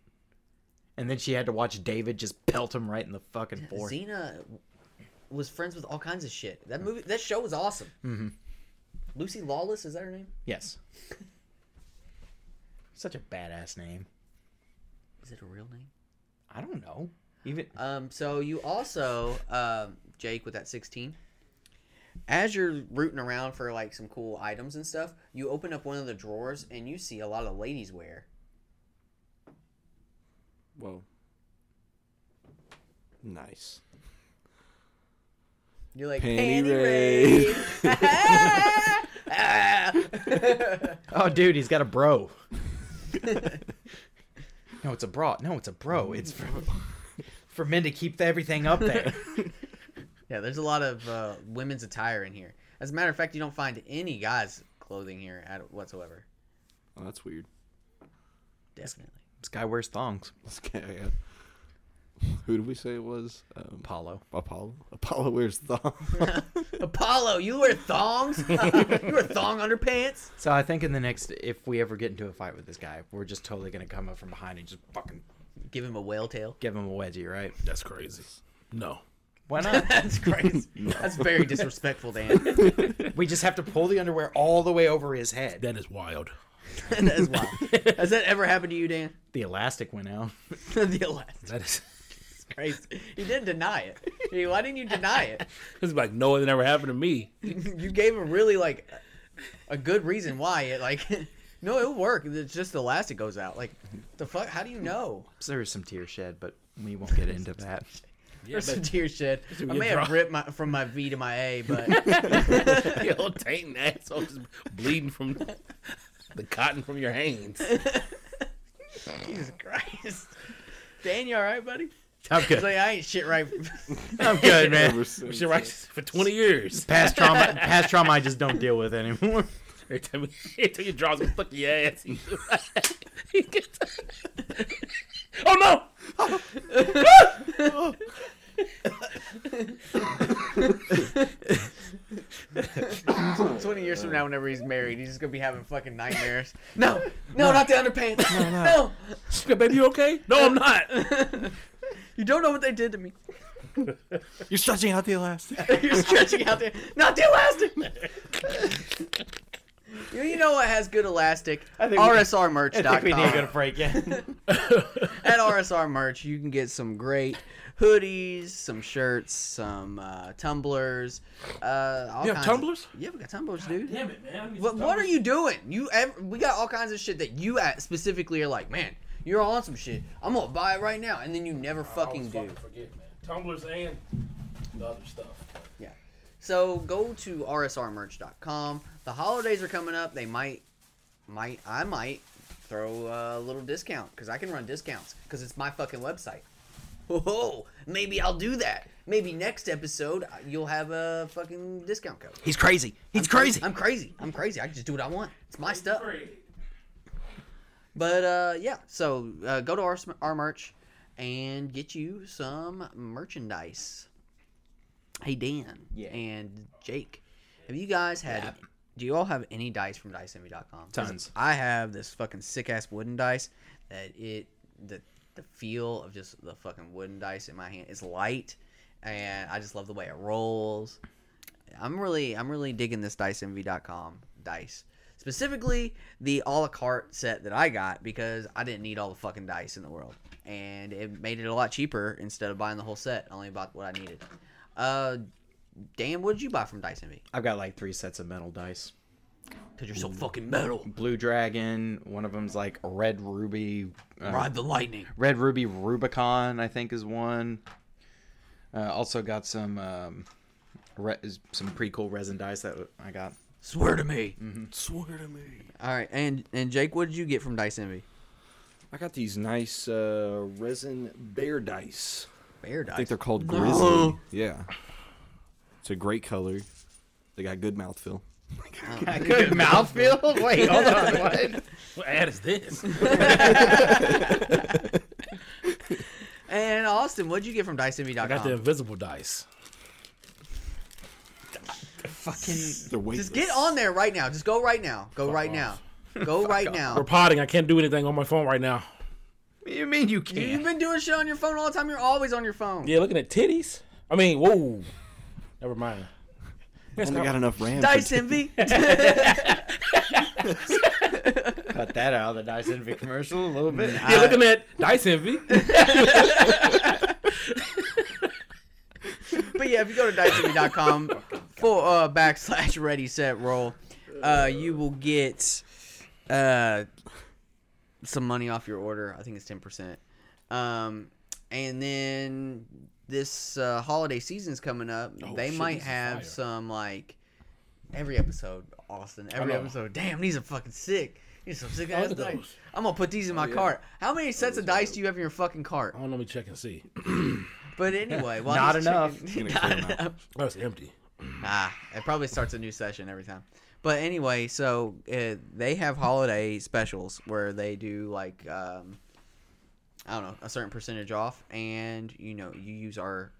S3: And then she had to watch David just pelt him right in the fucking forehead.
S2: Xena was friends with all kinds of shit. That movie, that show was awesome. Mm-hmm. Lucy Lawless, is that her name?
S3: Yes. Such a badass name.
S2: Is it a real name?
S3: I don't know. Even
S2: Um, so you also, um, Jake, with that sixteen, as you're rooting around for like some cool items and stuff, you open up one of the drawers and you see a lot of ladies' wear.
S4: Whoa. Nice.
S2: You're like
S4: Panty
S2: panty
S4: raid."
S2: raid. Ah!
S3: oh, dude, he's got a bro. no, it's a bra. No, it's a bro. It's for, for men to keep everything up there.
S2: yeah, there's a lot of uh, women's attire in here. As a matter of fact, you don't find any guys' clothing here at whatsoever.
S4: Oh, that's weird.
S2: Definitely.
S3: this guy wears thongs.
S4: Okay. yeah. Who did we say it was? Um,
S3: Apollo.
S4: Apollo. Apollo wears thong.
S2: Apollo, you wear thongs? you wear thong underpants?
S3: So I think in the next, if we ever get into a fight with this guy, we're just totally gonna come up from behind and just fucking
S2: Give him a whale tail.
S3: give him a wedgie, right?
S5: That's crazy. No.
S3: Why not?
S2: That's crazy. That's very disrespectful, Dan.
S3: we just have to pull the underwear all the way over his head.
S5: That is wild.
S2: that is wild. Has that ever happened to you, Dan?
S3: The elastic went out.
S2: the elect.
S5: That is
S2: Christ. He didn't deny it. He- Why didn't you deny it?
S5: It's like no, it never happened to me.
S2: You gave him really like a good reason why it like no, it'll work. It's just the elastic goes out. Like the fuck how do you know?
S3: There was some tear shed, but we won't get into that.
S5: Yeah,
S2: There's some
S5: but
S2: tear shed. I
S5: get
S2: may have
S5: drunk.
S2: ripped my from my V to my A, but
S5: your whole taint and asshole just bleeding from the cotton from your hands.
S2: Jesus Christ. Dan, you alright, buddy?
S5: I'm
S2: He's
S5: good.
S2: like, I ain't shit right.
S3: I'm good, man.
S8: Ever since.
S5: Shit righteous for 20 years.
S3: Past trauma, past trauma, I just don't deal with anymore.
S5: Every time you, until you draw some fuck your ass. He gets- oh no!
S2: Twenty years from now, whenever he's married, he's just gonna be having fucking nightmares. No, no, not the underpants. No,
S5: Baby, you okay? No, I'm not.
S2: you don't know what they did to me.
S4: You're stretching out the elastic.
S2: You're stretching out there. Not the elastic. you, you know what has good elastic?
S3: think we-
S2: RSRmerch.com.
S3: break. Yeah.
S2: At RSR merch, you can get some great hoodies, some shirts, some uh, tumblers. Uh, all
S5: You have
S2: kinds
S5: tumblers?
S2: Of, yeah, we got tumblers, dude.
S6: Damn it, man.
S2: What, what are you doing? You ev- we got all kinds of shit that you at specifically are like, man, you're on some shit. I'm gonna buy it right now, and then you never fucking do.
S5: forget, man. Tumblers and the other stuff.
S2: Yeah. So go to rsrmerch.com. The holidays are coming up. They might, might, I might throw a little discount because I can run discounts because it's my fucking website. Whoa, maybe I'll do that. Maybe next episode uh, you'll have a fucking discount code.
S3: He's crazy. He's
S2: I'm
S3: crazy.
S2: I'm crazy. I'm crazy. I can just do what I want. It's my stuff. But uh, yeah, so uh, go to our, sm- our merch and get you some merchandise. Hey Dan
S3: Yeah.
S2: and Jake, have you guys had? Do you all have any dice from DiceEnvy.com? 'Cause
S3: Tons.
S2: I have this fucking sick ass wooden dice that it the the feel of just the fucking wooden dice in my hand. It's light, and I just love the way it rolls. I'm really I'm really digging this diceenvy.com dice. Specifically the a la carte set that I got because I didn't need all the fucking dice in the world. And it made it a lot cheaper instead of buying the whole set. I only bought what I needed. Uh Dan, what did you buy from Dice Envy?
S3: I've got like three sets of metal dice.
S2: Because you're so fucking metal.
S3: Blue dragon. One of them's like a red ruby. uh,
S2: Ride the lightning.
S3: Red Ruby Rubicon, I think, is one. Uh, also got some um, re- is- some pretty cool resin dice that I got.
S2: Swear to me.
S4: Swear to me.
S2: Alright, and and Jake, what did you get from Dice Envy?
S4: I got these nice uh, resin bear dice.
S2: Bear dice.
S4: I think they're called grizzly. Yeah. It's a great color. They got good mouthfeel.
S3: Good mouthfeel. Wait, oh, hold on. What?
S5: Oh, What ad is this?
S2: and Austin, what did you get from DiceEnvy.com?
S5: I got the invisible dice.
S2: fucking
S4: They're weightless.
S2: Just get on there right now. Just go right now. Go right now. Go right now.
S5: We're potting. I can't do anything on my phone right now.
S3: What do you mean you
S2: You've
S3: can't?
S2: been doing shit on your phone all the time. You're always on your phone.
S5: Yeah, looking at titties. I mean, whoa. Never mind.
S4: Only got enough RAM. for
S2: Dice
S4: two-
S2: envy.
S3: Cut that out of the Dice Envy commercial a little bit.
S5: Yeah, looking at Dice Envy.
S2: but yeah, if you go to diceenvy.com for uh, backslash ready set roll, uh, you will get uh, some money off your order. I think it's ten percent. Um, and then this uh, holiday season's coming up. they
S5: Oh, shit,
S2: might
S5: this is
S2: have
S5: fire.
S2: some like every episode, Austin. Every
S5: know.
S2: episode. Damn, these are fucking sick. These are some sick ass
S5: look at
S2: dice.
S5: those.
S2: I'm gonna put these in my cart. How many sets of dice do you have in your fucking cart?
S5: I don't know. Let me check and see.
S2: But anyway, while
S3: Not
S2: he's
S3: enough.
S2: checking-
S4: Gonna
S2: not
S4: clear 'em out.
S2: enough.
S5: Oh, it's empty.
S2: Ah, it probably starts a new session every time. But anyway, so uh, they have holiday specials where they do like um, I don't know a certain percentage off, and you know you use our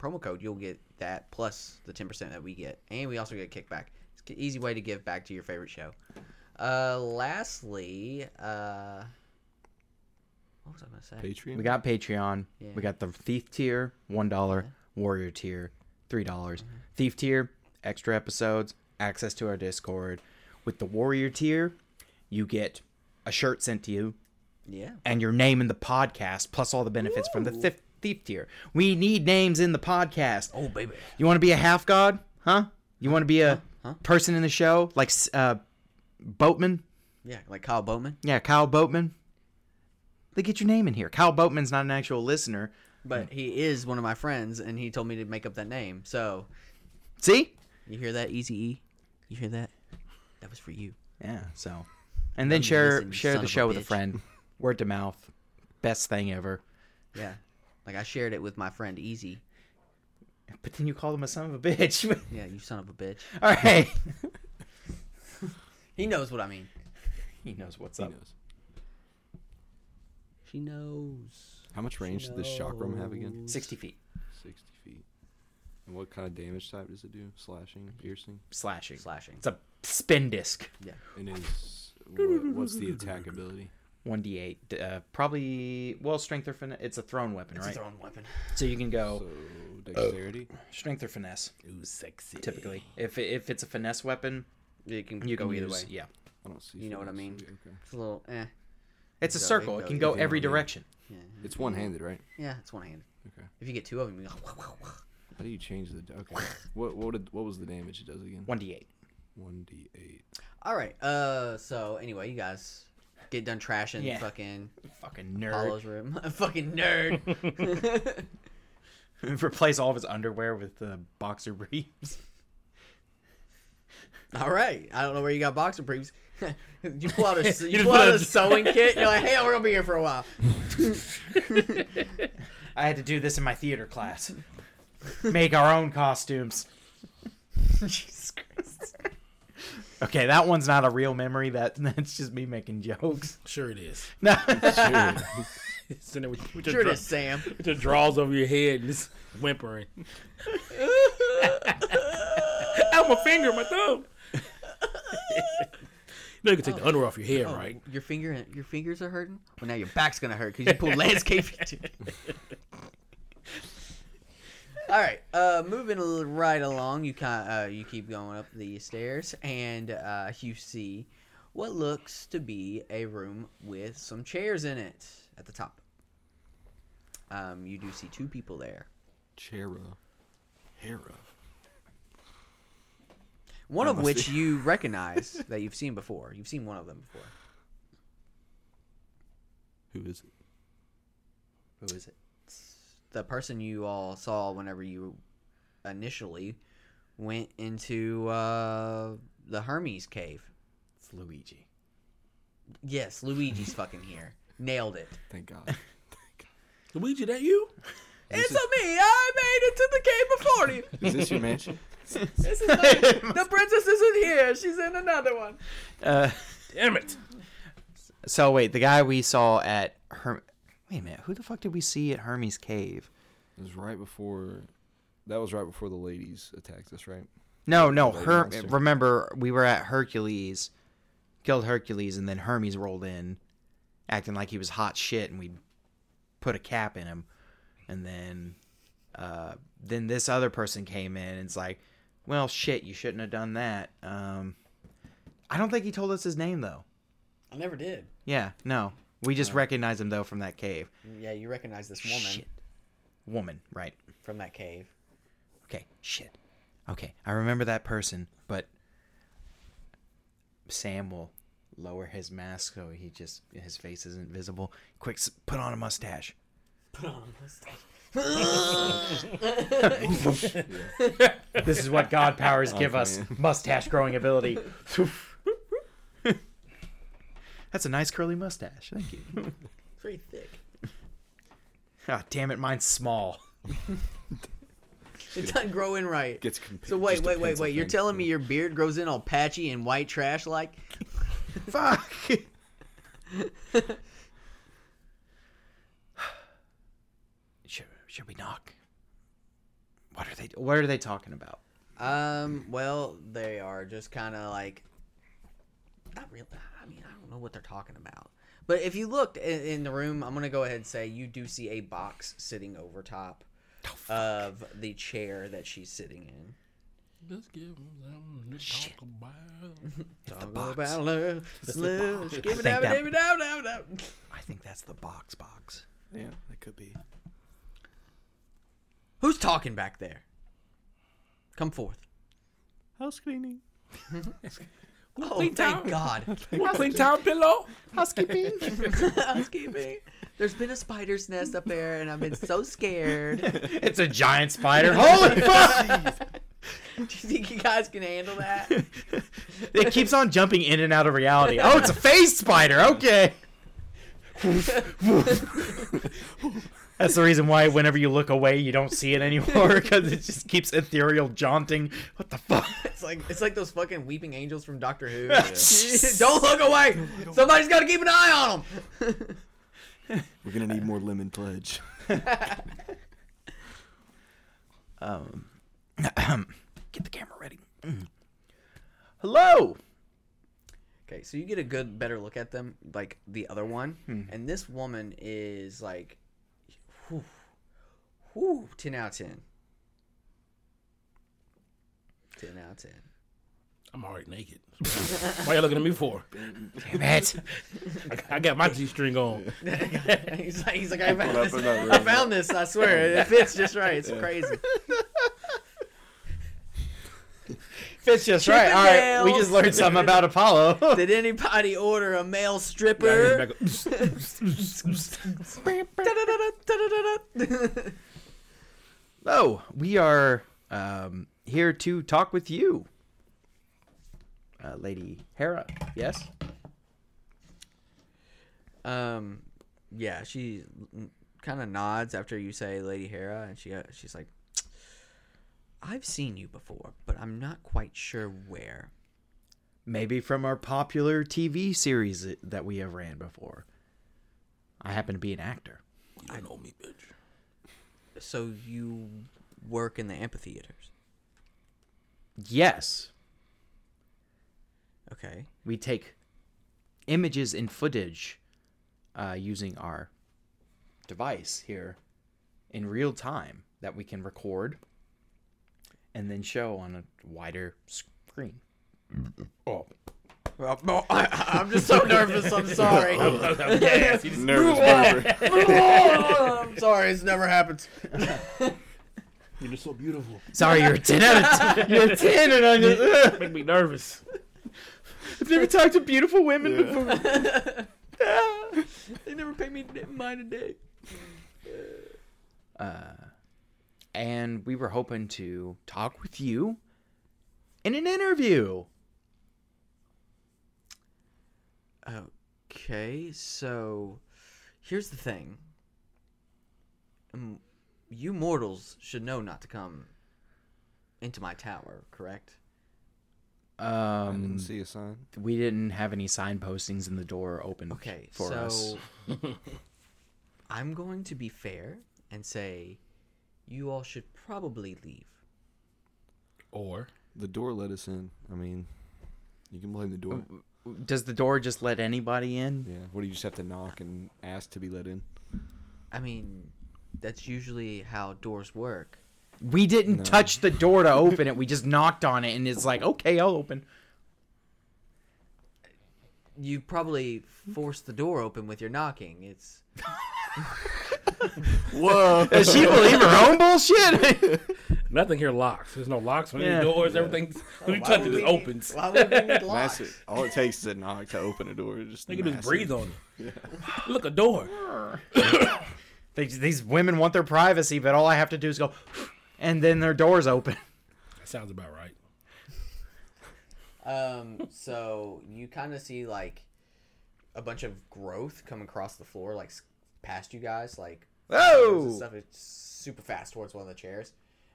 S2: promo code, you'll get that plus the ten percent that we get, and we also get a kickback. It's an easy way to give back to your favorite show. Uh, lastly, uh, what was I gonna say?
S4: Patreon.
S3: We got Patreon.
S2: Yeah.
S3: We got the Thief tier, one dollar. Warrior tier, three dollars. Thief tier, extra episodes, access to our Discord. With the Warrior tier, you get a shirt sent to you
S2: Yeah.
S3: and your name in the podcast, plus all the benefits from the fifth thief tier. We need names in the podcast.
S2: Oh baby.
S3: You want to be a half god? Huh? You want to be a person in the show like s- uh, Boatman?
S2: Yeah, like Kyle Bowman.
S3: Yeah, Kyle Boatman. They get your name in here. Kyle Boatman's not an actual listener.
S2: But he is one of my friends, and he told me to make up that name. So
S3: See?
S2: you hear that, Easy E? You hear that? That was for you.
S3: Yeah. So, and then
S2: Amazing,
S3: share share
S2: son
S3: the
S2: of a
S3: show with a
S2: bitch.
S3: friend. Word to mouth, best thing ever.
S2: Yeah. Like I shared it with my friend Easy.
S3: But then you call him a son of a bitch.
S2: Yeah, you son of a bitch.
S3: All right.
S2: He knows what I mean.
S3: he knows what's
S4: He
S3: up.
S4: knows.
S2: She knows.
S4: How much range does this chakram have again?
S3: Sixty feet
S4: Sixty feet. And what kind of damage type does it do? Slashing, piercing.
S3: slashing.
S2: Slashing.
S3: It's a spin disc.
S4: And is what, what's the attack ability?
S3: One d eight. Uh, probably well strength or finesse. It's a thrown weapon,
S2: It's
S3: right?
S2: a thrown weapon.
S3: So you can go
S4: So dexterity.
S3: strength or finesse.
S7: Ooh, sexy.
S3: Typically, if it- if it's a finesse weapon,
S2: It can
S3: you
S2: go
S3: can
S2: either
S3: use-
S2: way.
S3: Yeah,
S4: I don't see.
S2: You know what I
S4: finesse.
S2: mean.
S4: Okay.
S2: It's a little eh.
S3: it's a
S2: So it
S3: circle. It
S2: goes
S3: can go
S4: either
S3: every
S4: way.
S3: direction.
S2: Yeah,
S4: It's one-handed, right?
S2: yeah it's one handed.
S4: Okay.
S2: If you get two of them, you go.
S4: How do you change the? Okay. What what did, what was the damage it does again?
S3: One d eight.
S4: One d eight.
S2: All right. Uh. So anyway, you guys get done trashing
S3: Yeah.
S2: fucking
S3: Fucking nerd.
S2: Hollow's room. fucking nerd.
S3: Replace all of his underwear with uh, boxer briefs.
S2: All right. I don't know where you got boxer briefs. you pull out a s- you
S5: just
S2: pull out
S5: put
S2: a
S5: a-
S2: sewing kit. You're like, hey, we're gonna be here for a while.
S3: I had to do this in my theater class. Make our own costumes. Jesus Christ. Okay, that one's not a real memory. That that's just me making jokes.
S5: Sure it is.
S3: No.
S5: It's in there with, with, your
S2: Sure it
S5: dra-
S2: is, Sam.
S5: with your draws over your head and just whimpering. Out my finger, my thumb. no, you can take the underwear off your head,
S2: Oh,
S5: right?
S2: Your finger, your fingers are hurting. Well, now your back's gonna hurt because you pulled landscaping. too. All right. Uh, moving al- right along, you kind uh, you keep going up the stairs, and uh, you see what looks to be a room with some chairs in it at the top. Um, you do see two people there.
S4: Chera. Hera.
S2: One
S4: I
S2: of
S4: must
S2: which
S4: be-
S2: you recognize that you've seen before. You've seen one of them before.
S4: Who is it?
S2: Who is it? The person you all saw whenever you initially went into uh, the Hermes cave.
S3: It's Luigi.
S2: Yes, Luigi's fucking here. Nailed it.
S4: Thank God.
S5: Luigi, that you?
S2: It's a me. I made it to the cave before you.
S4: is this your mansion?
S2: This is not, the princess isn't here. She's in another one.
S3: Uh,
S5: Damn it.
S3: so wait, the guy we saw at Herm. Wait a minute, who the fuck did we see at Hermes Cave?
S4: It was right before. That was right before the ladies attacked us, right?
S3: No, no.
S4: Lady
S3: Her-
S4: monster.
S3: remember, we were at Hercules, killed Hercules, and then Hermes rolled in, acting like he was hot shit, and we put a cap in him. And then, uh, then this other person came in and it's like, "Well, shit, you shouldn't have done that." Um, I don't think he told us his name though.
S2: I never did.
S3: Yeah, no, we just recognized him though from that cave.
S2: Yeah, you recognize this woman
S3: Shit. Woman, right?
S2: from that cave.
S3: Okay, shit. Okay, I remember that person, but Sam will lower his mask so he just his face isn't visible. Quick, s- put on a mustache. Put on a mustache. this is what God powers give us: mustache growing ability. That's a nice curly mustache. Thank you.
S2: Pretty thick.
S3: Ah, damn it, mine's small.
S2: It doesn't grow in right.
S4: Gets compa-
S2: So wait,
S4: just a
S2: wait, wait,
S4: pencil
S2: wait. You're
S4: thin.
S2: telling me your beard grows in all patchy and white trash like?
S3: Fuck. should, should we knock? What are they What are they talking about?
S2: Um, well, they are just kind of like not really. I mean, I don't know what they're talking about. But if you looked in, in the room, I'm gonna go ahead and say you do see a box sitting over top of the chair that she's sitting in.
S5: Let's give him something to talk about.
S2: Talk about love, love, give
S3: I
S2: it
S3: think
S2: out,
S3: that-
S2: give it out, out, out.
S3: I think that's the box box.
S4: Yeah, that could be.
S2: Who's talking back there? Come forth.
S4: House cleaning.
S2: Oh, thank God.
S5: What clean towel pillow?
S3: Housekeeping.
S2: Housekeeping. There's been a spider's nest up there, and I've been so scared.
S3: it's a giant spider. Oh, Holy fuck!
S2: Do you think you guys can handle that?
S3: It keeps on jumping in and out of reality. Oh, it's a phase spider. Okay. That's the reason why whenever you look away, you don't see it anymore because it just keeps ethereal jaunting. What the fuck?
S2: It's like it's like those fucking weeping angels from Doctor Who. Don't look away. Somebody's got to keep an eye on them.
S4: We're gonna need more lemon pledge.
S3: Um, get the camera ready. Hello.
S2: Okay, so you get a good, better look at them, like the other one, and this woman is like, whew, whew, ten out of ten. Ten out of ten.
S5: I'm already naked. Why you looking at me for?
S3: Damn it.
S5: I got my G string on.
S2: he's like, he's like, I found
S4: up
S2: this.
S4: another
S2: I
S4: one.
S2: found this. I swear, it fits just right. It's crazy.
S3: Fits just right. All right, we just learned something about Apollo.
S2: Did anybody order a male stripper? Da-da-da-da-da-da-da.
S3: Hello, Oh, we are um, here to talk with you, uh, Lady Hera. Yes.
S2: um, yeah, she kind of nods after you say Lady Hera, and she uh, she's like, "I've seen you before, but I'm not quite sure where."
S3: Maybe from our popular TV series that- that we have ran before. I happen to be an actor.
S5: You don't know me, bitch.
S2: So you work in the amphitheaters,
S3: Yes,
S2: okay?
S3: we take images and footage uh, using our device here in real time that we can record and then show on a wider screen. Oh,
S2: Well, no, I, I- I'm just so nervous. I'm sorry.
S8: Nervous barber.
S2: I'm sorry. This never happens.
S8: You're so beautiful.
S3: sorry, you're a ten out of ten. You're a ten, and I just ugh,
S5: Make me nervous.
S3: I've never talked to beautiful women before.
S2: They never pay me mine a day.
S3: Uh, And we were hoping to talk with you in an interview.
S2: Okay, so here's the thing. Um, you mortals should know not to come into my tower, correct?
S4: I didn't
S3: Um,
S4: see a sign.
S3: we didn't have any sign postings in the door open
S2: Okay,
S3: for
S2: so
S3: us.
S2: I'm going to be fair and say you all should probably leave.
S5: Or
S4: The door let us in. I mean, you can blame the door.
S3: Does the door just let anybody in?
S4: Yeah. What do you just have to knock and ask to be let in?
S2: I mean, that's usually how doors work.
S3: We didn't touch the door to open it. We just knocked on it, and it's like, okay, I'll open.
S2: You probably force the door open with your knocking. It's
S4: Whoa.
S3: Does she believe her own bullshit?
S5: nothing here locks. There's no locks on
S3: Yeah.
S5: any doors. Everything when you touch it, it opens.
S2: Why would we need
S4: That's
S2: locks?
S4: it. All it takes is a knock to open a door. It's Just
S5: They can just
S4: massive.
S5: breathe on it. Look, a door.
S3: they, these women want their privacy, but all I have to do is go, and then their doors open.
S5: That sounds about right.
S2: Um, so you kind of see like a bunch of growth come across the floor, like s- past you guys, like flowers and
S3: Oh,
S2: stuff. It's super fast towards one of the chairs,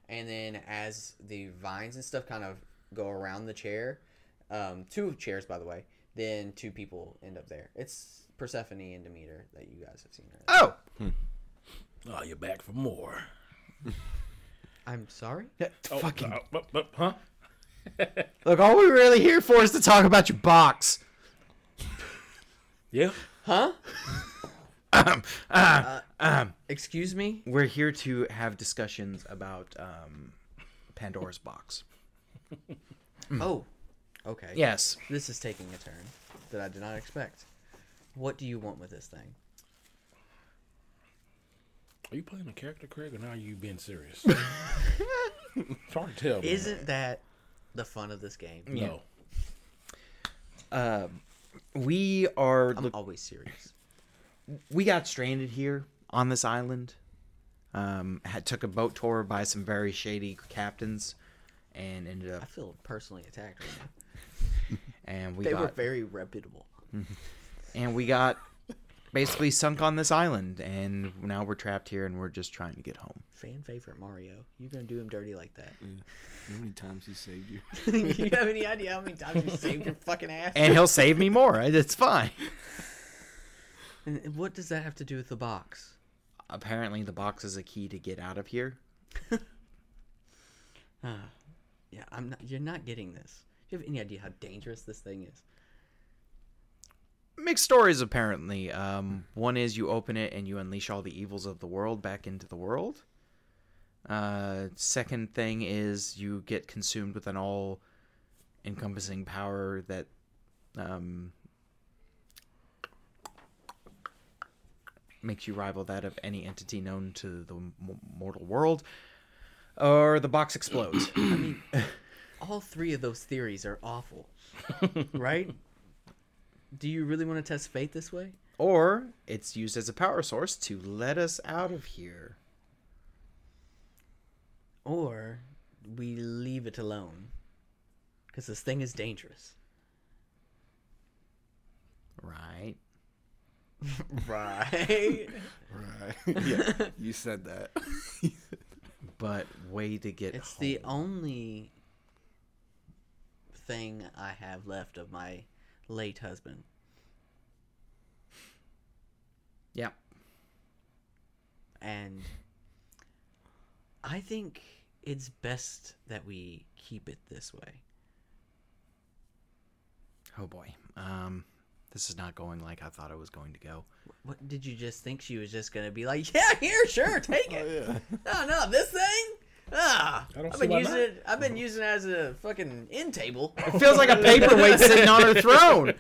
S2: and then as the vines and stuff kind of go around the chair, um, two chairs by the way, then two people end up there. It's Persephone and Demeter that you guys have seen. Earlier.
S3: oh,
S5: Oh, you're back for more.
S2: I'm sorry.
S5: Oh, Fucking. huh?
S3: look, all we're really here for is to talk about your box.
S5: Yeah.
S2: Huh? Excuse me.
S3: We're here to have discussions about um, Pandora's box.
S2: Oh, okay.
S3: Yes,
S2: This is taking a turn that I did not expect. What do you want with this thing?
S5: Are you playing a character, Craig, or now are you being serious? it's hard to tell. man.
S2: Isn't that the fun of this game?
S5: no?
S3: We are
S2: I'm always serious.
S3: we got stranded here on this island. Um, had, took a boat tour by some very shady captains, and ended
S2: I
S3: up
S2: feel personally attacked right now.
S3: and we
S2: They were
S3: got
S2: very reputable.
S3: and we got basically sunk on this island, and now we're trapped here, and we're just trying to get home.
S2: Fan favorite Mario. You're gonna do him dirty like that.
S4: How many times he saved you?
S3: Mm.
S2: you have any idea how many times you saved your fucking ass?
S3: And he'll save me more. It's fine.
S2: And what does that have to do with the box?
S3: Apparently, the box is a key to get out of here.
S2: Yeah, I'm not. You're not getting this. Do you have any idea how dangerous this thing is?
S3: Mixed stories, apparently. Um, one is you open it and you unleash all the evils of the world back into the world. Uh, second thing is you get consumed with an all encompassing power that. Um, makes you rival that of any entity known to the m- mortal world or the box explodes
S2: All three of those theories are awful, right? Do you really want to test fate this way?
S3: or it's used as a power source to let us out of here
S2: Or we leave it alone? Because this thing is dangerous.
S3: right
S2: Right?
S4: Right. yeah, you said that.
S3: but way to get
S2: it's
S3: home.
S2: the only thing I have left of my late husband.
S3: yeah
S2: and I think it's best that we keep it this way.
S3: oh boy um this is not going like i thought it was going to go
S2: What did you just think she was just gonna be like? Yeah, here,
S5: Oh,
S2: sure, take it. No, no, this thing. Ah,
S5: I don't
S2: I've
S5: see
S2: been
S5: why
S2: using
S5: not.
S2: it. I've been using it as a fucking end table.
S3: it feels like a paperweight sitting on her throne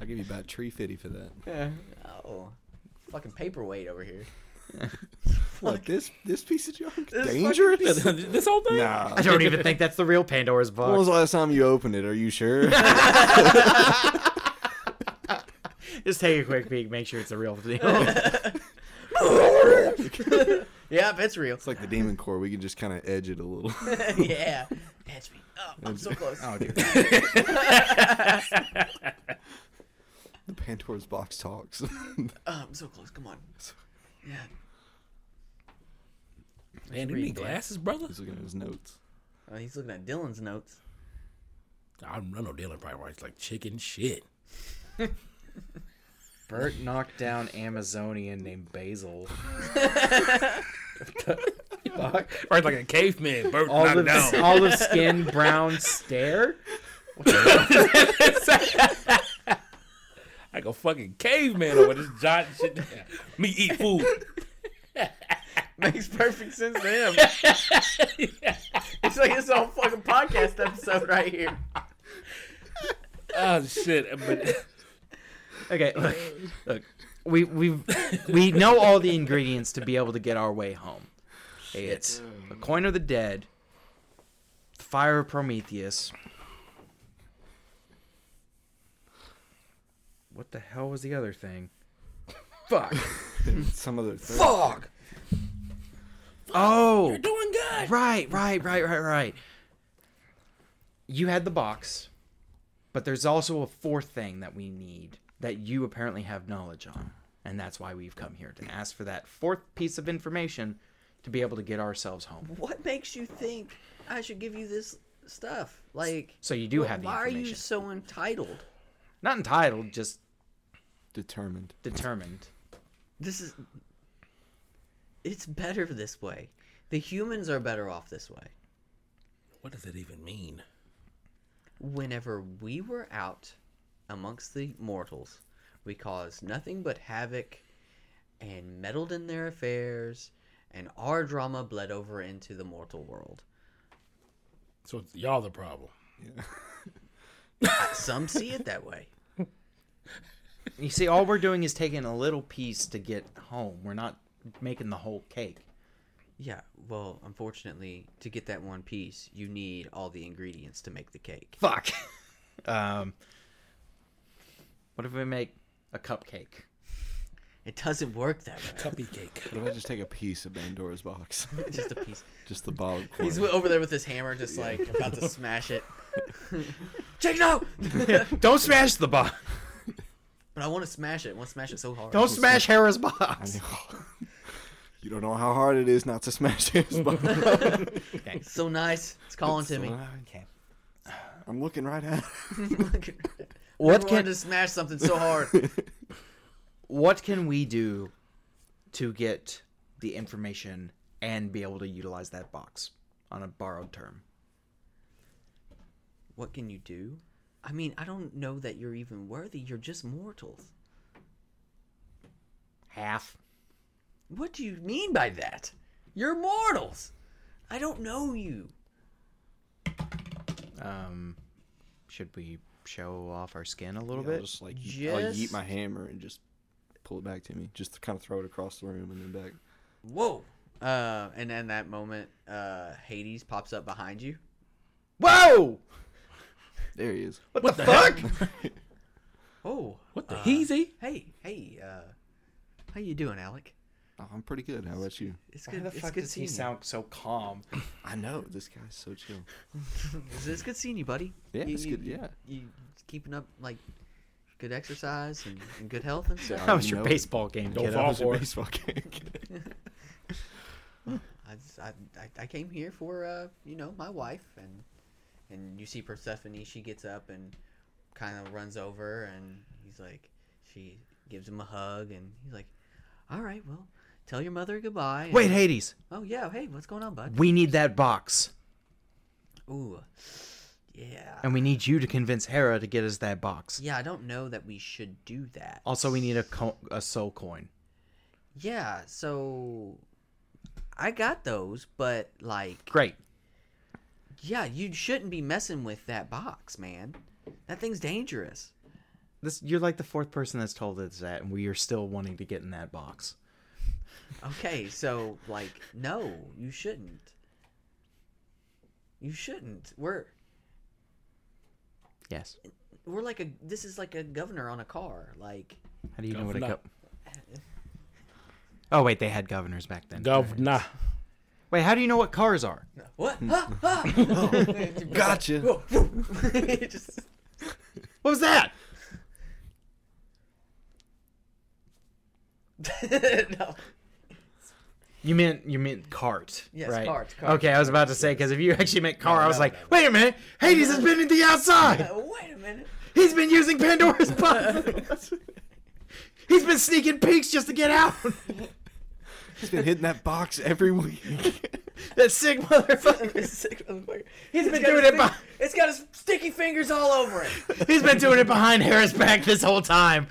S4: I'll give you about tree fifty for that.
S2: oh, fucking paperweight over here.
S4: What this this piece of junk?
S2: This fucking
S4: Dangerous?
S5: this whole thing.
S4: Nah.
S3: i don't even think that's the real pandora's
S4: When was
S3: box
S4: the last time you opened it? Are you sure?
S3: just take a quick peek make sure it's the real deal
S2: Yep, it's real.
S4: it's like the demon core. We can just kind of edge it a little.
S2: yeah, edge me. Oh, I'm so close.
S4: the Pandora's box talks.
S2: Oh, I'm so close. Come on. Yeah.
S5: Man, do you need glasses, brother?
S4: He's looking at his notes.
S2: Oh, he's looking at Dylan's notes.
S5: I don't know. Dylan probably writes like chicken shit.
S3: bert knocked down amazonian named basil
S5: Right, like a caveman. Bert knocked
S3: olive,
S5: down.
S3: olive skin brown stare
S5: like a fucking caveman over this giant shit. Me eat food.
S2: Makes perfect sense to him. It's like this whole fucking podcast episode right here.
S5: Oh shit! But
S3: Okay, look, look. We we we know all the ingredients to be able to get our way home. Okay, It's a coin of the dead, the fire of Prometheus. What the hell was the other thing? Fuck.
S4: Some other thing.
S3: Fuck. Oh,
S5: doing good.
S3: right, right, right, right, right. You had the box, but there's also a fourth thing that we need that you apparently have knowledge on. And that's why we've come here to ask for that fourth piece of information to be able to get ourselves home.
S2: What makes you think I should give you this stuff? Like,
S3: So you do have the
S2: why are
S3: information.
S2: you so entitled?
S3: Not entitled, just
S4: Determined.
S3: determined.
S2: This is. It's better this way. The humans are better off this way.
S5: What does it even mean?
S2: Whenever we were out amongst the mortals, we caused nothing but havoc and meddled in their affairs, and our drama bled over into the mortal world.
S5: So it's y'all the problem.
S2: Some see it that way.
S3: You see, all we're doing is taking a little piece to get home. We're not making the whole cake.
S2: Yeah, well, unfortunately, to get that one piece, you need all the ingredients to make the cake.
S3: Fuck. um, what if we make a cupcake?
S2: It doesn't work that way.
S5: Cuppy cake.
S4: What if I just take a piece of Pandora's box?
S2: Just a piece.
S4: just the bottom corner.
S2: He's over there with his hammer, just like about to smash it.
S3: Jake, no! Don't smash the box.
S2: But I want to smash it. I want to smash it so hard.
S3: Don't smash Hera's box.
S4: you don't know how hard it is not to smash his box.
S2: It's so nice. It's calling to me.
S3: Okay.
S4: I'm looking right at.
S2: what
S3: What
S2: can
S3: can
S2: to smash something so hard?
S3: what can we do to get the information and be able to utilize that box on a borrowed term?
S2: what can you do? I mean, I don't know that you're even worthy. You're just mortals.
S3: Half.
S2: What do you mean by that? You're mortals. I don't know you.
S3: Um, should we show off our skin a little
S4: I'll
S3: bit?
S4: just like ye- I'll yeet
S2: Just-
S4: my hammer and just pull it back to me. Just to kind of throw it across the room and then back.
S2: Whoa. Uh, and in that moment, uh, Hades pops up behind you.
S3: Whoa!
S4: There he is.
S3: What, the, fuck?
S2: Oh,
S5: What the
S2: uh,
S5: heezy?
S2: Hey, hey, uh, how you doing, Alec?
S4: Oh, I'm pretty good. How about you?
S2: It's
S3: Why
S2: good.
S3: the
S2: it's
S3: fuck
S2: good
S3: does
S2: seeing
S3: he sound so calm?
S4: I know this guy's so chill.
S2: you. It's, it's good seeing you, buddy.
S4: Yeah,
S2: you,
S4: it's
S2: you-
S4: good. Yeah.
S2: You keeping up like good exercise and, and good health and stuff.
S3: How was your
S4: know-
S3: baseball game,
S5: Don't
S3: kiddo?
S5: fall
S4: How's your
S5: for it.
S4: baseball game?
S2: I, just- I, I- I came here for uh you know my wife and and you see Persephone she gets up and kind of runs over and he's like she gives him a hug and he's like all right well tell your mother goodbye and-
S3: Wait, Hades,
S2: oh yeah hey what's going on bud
S3: we need that box,
S2: ooh yeah
S3: and we need you to convince Hera to get us that box.
S2: yeah I don't know that we should do that
S3: Also, we need a, co- a soul coin.
S2: yeah so I got those but like
S3: Great.
S2: yeah you shouldn't be messing with that box man that thing's dangerous.
S3: This you're like the fourth person that's told us that, and we are still wanting to get in that box.
S2: Okay, so like, no, you shouldn't. You shouldn't. We're
S3: Yes.
S2: we're like a. This is like a governor on a car. Like,
S3: How do you know
S5: Governor.
S3: what a gov- Oh wait, they had governors back then.
S5: Governor.
S3: Wait, how do you know what cars are?
S2: what? Ah, ah!
S4: gotcha.
S2: It just-
S3: What was that?
S2: no.
S3: You meant you meant cart,
S2: Yes,
S3: right?
S2: cart, cart,
S3: okay, I was about to say because if you actually meant car, I was
S2: no,
S3: like,
S2: no, no.
S3: wait a minute, Hades has been in the outside.
S2: Uh, Wait a minute.
S3: He's been using Pandora's box. He's been sneaking peeks just to get out.
S4: He's been hitting that box every week.
S3: that sick motherfucker.
S2: This sick motherfucker.
S3: He's been
S2: got
S3: doing
S2: his
S3: it.
S2: fin-
S3: By-
S2: It's got his sticky fingers all over it.
S3: He's been doing it behind Hera's back this whole time.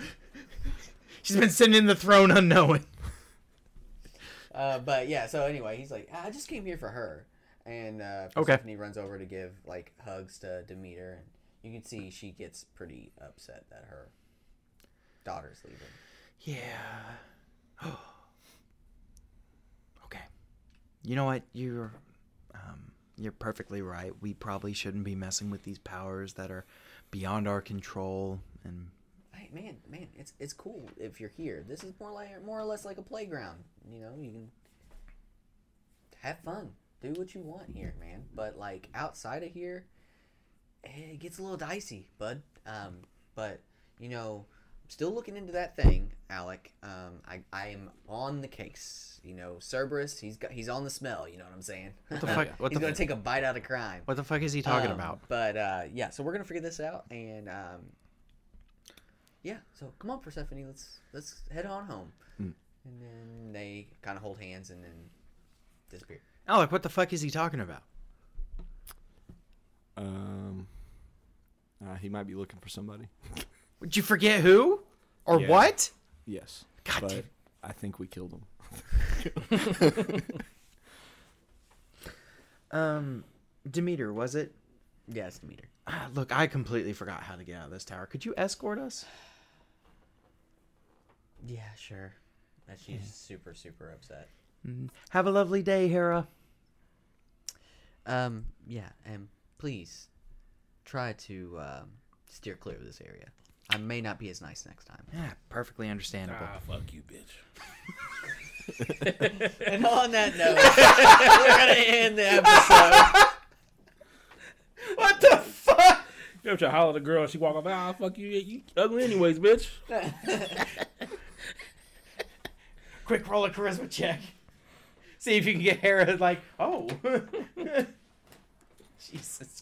S3: She's been sitting in the throne unknowing.
S2: Uh, but yeah. So anyway, he's like, I just came here for her, and uh,
S3: Okay.
S2: Persephone runs over to give like hugs to Demeter, and you can see she gets pretty upset that her daughter's leaving.
S3: Yeah. okay. You know what? You're, um, you're perfectly right. We probably shouldn't be messing with these powers that are beyond our control. And
S2: Hey, man, man, it's it's cool if you're here. This is more like more or less like a playground. You know, you can have fun, do what you want here, man. But like outside of here, eh, it gets a little dicey, bud. Um, but you know, I'm still looking into that thing, Alec. Um, I I am on the case. You know, Cerberus, he's got he's on the smell. You know what I'm saying? What
S3: the fuck- what
S2: he's
S3: the
S2: gonna
S3: fu-
S2: take a bite out of crime.
S3: what the fuck is he talking
S2: Um,
S3: about?
S2: But uh, yeah, so we're gonna figure this out, and um, yeah, so come on, Persephone, let's let's head on home.
S3: Mm.
S2: And then they kind of hold hands and then disappear.
S3: Alec, what the fuck is he talking about?
S4: um, uh, he might be looking for somebody.
S3: Did you forget who or
S4: Yeah.
S3: what?
S4: Yes.
S3: God
S4: but
S3: damn.
S4: I think we killed him.
S3: Um, Demeter, was it?
S2: Yeah, it's Demeter.
S3: Ah, look, I completely forgot how to get out of this tower. Could you escort us?
S2: Yeah, sure. And she's super, super upset.
S3: Have a lovely day, Hera.
S2: Um, yeah, and please try to um, steer clear of this area. I may not be as nice next time.
S3: Yeah, perfectly understandable.
S5: Ah, fuck you, bitch.
S2: And on that note, we're gonna end the episode.
S5: You ever try to holler at a girl and she walk off? Ah, fuck you. You ugly anyways, bitch.
S7: Quick roll a charisma check. See if you can get Hera like, oh. Jesus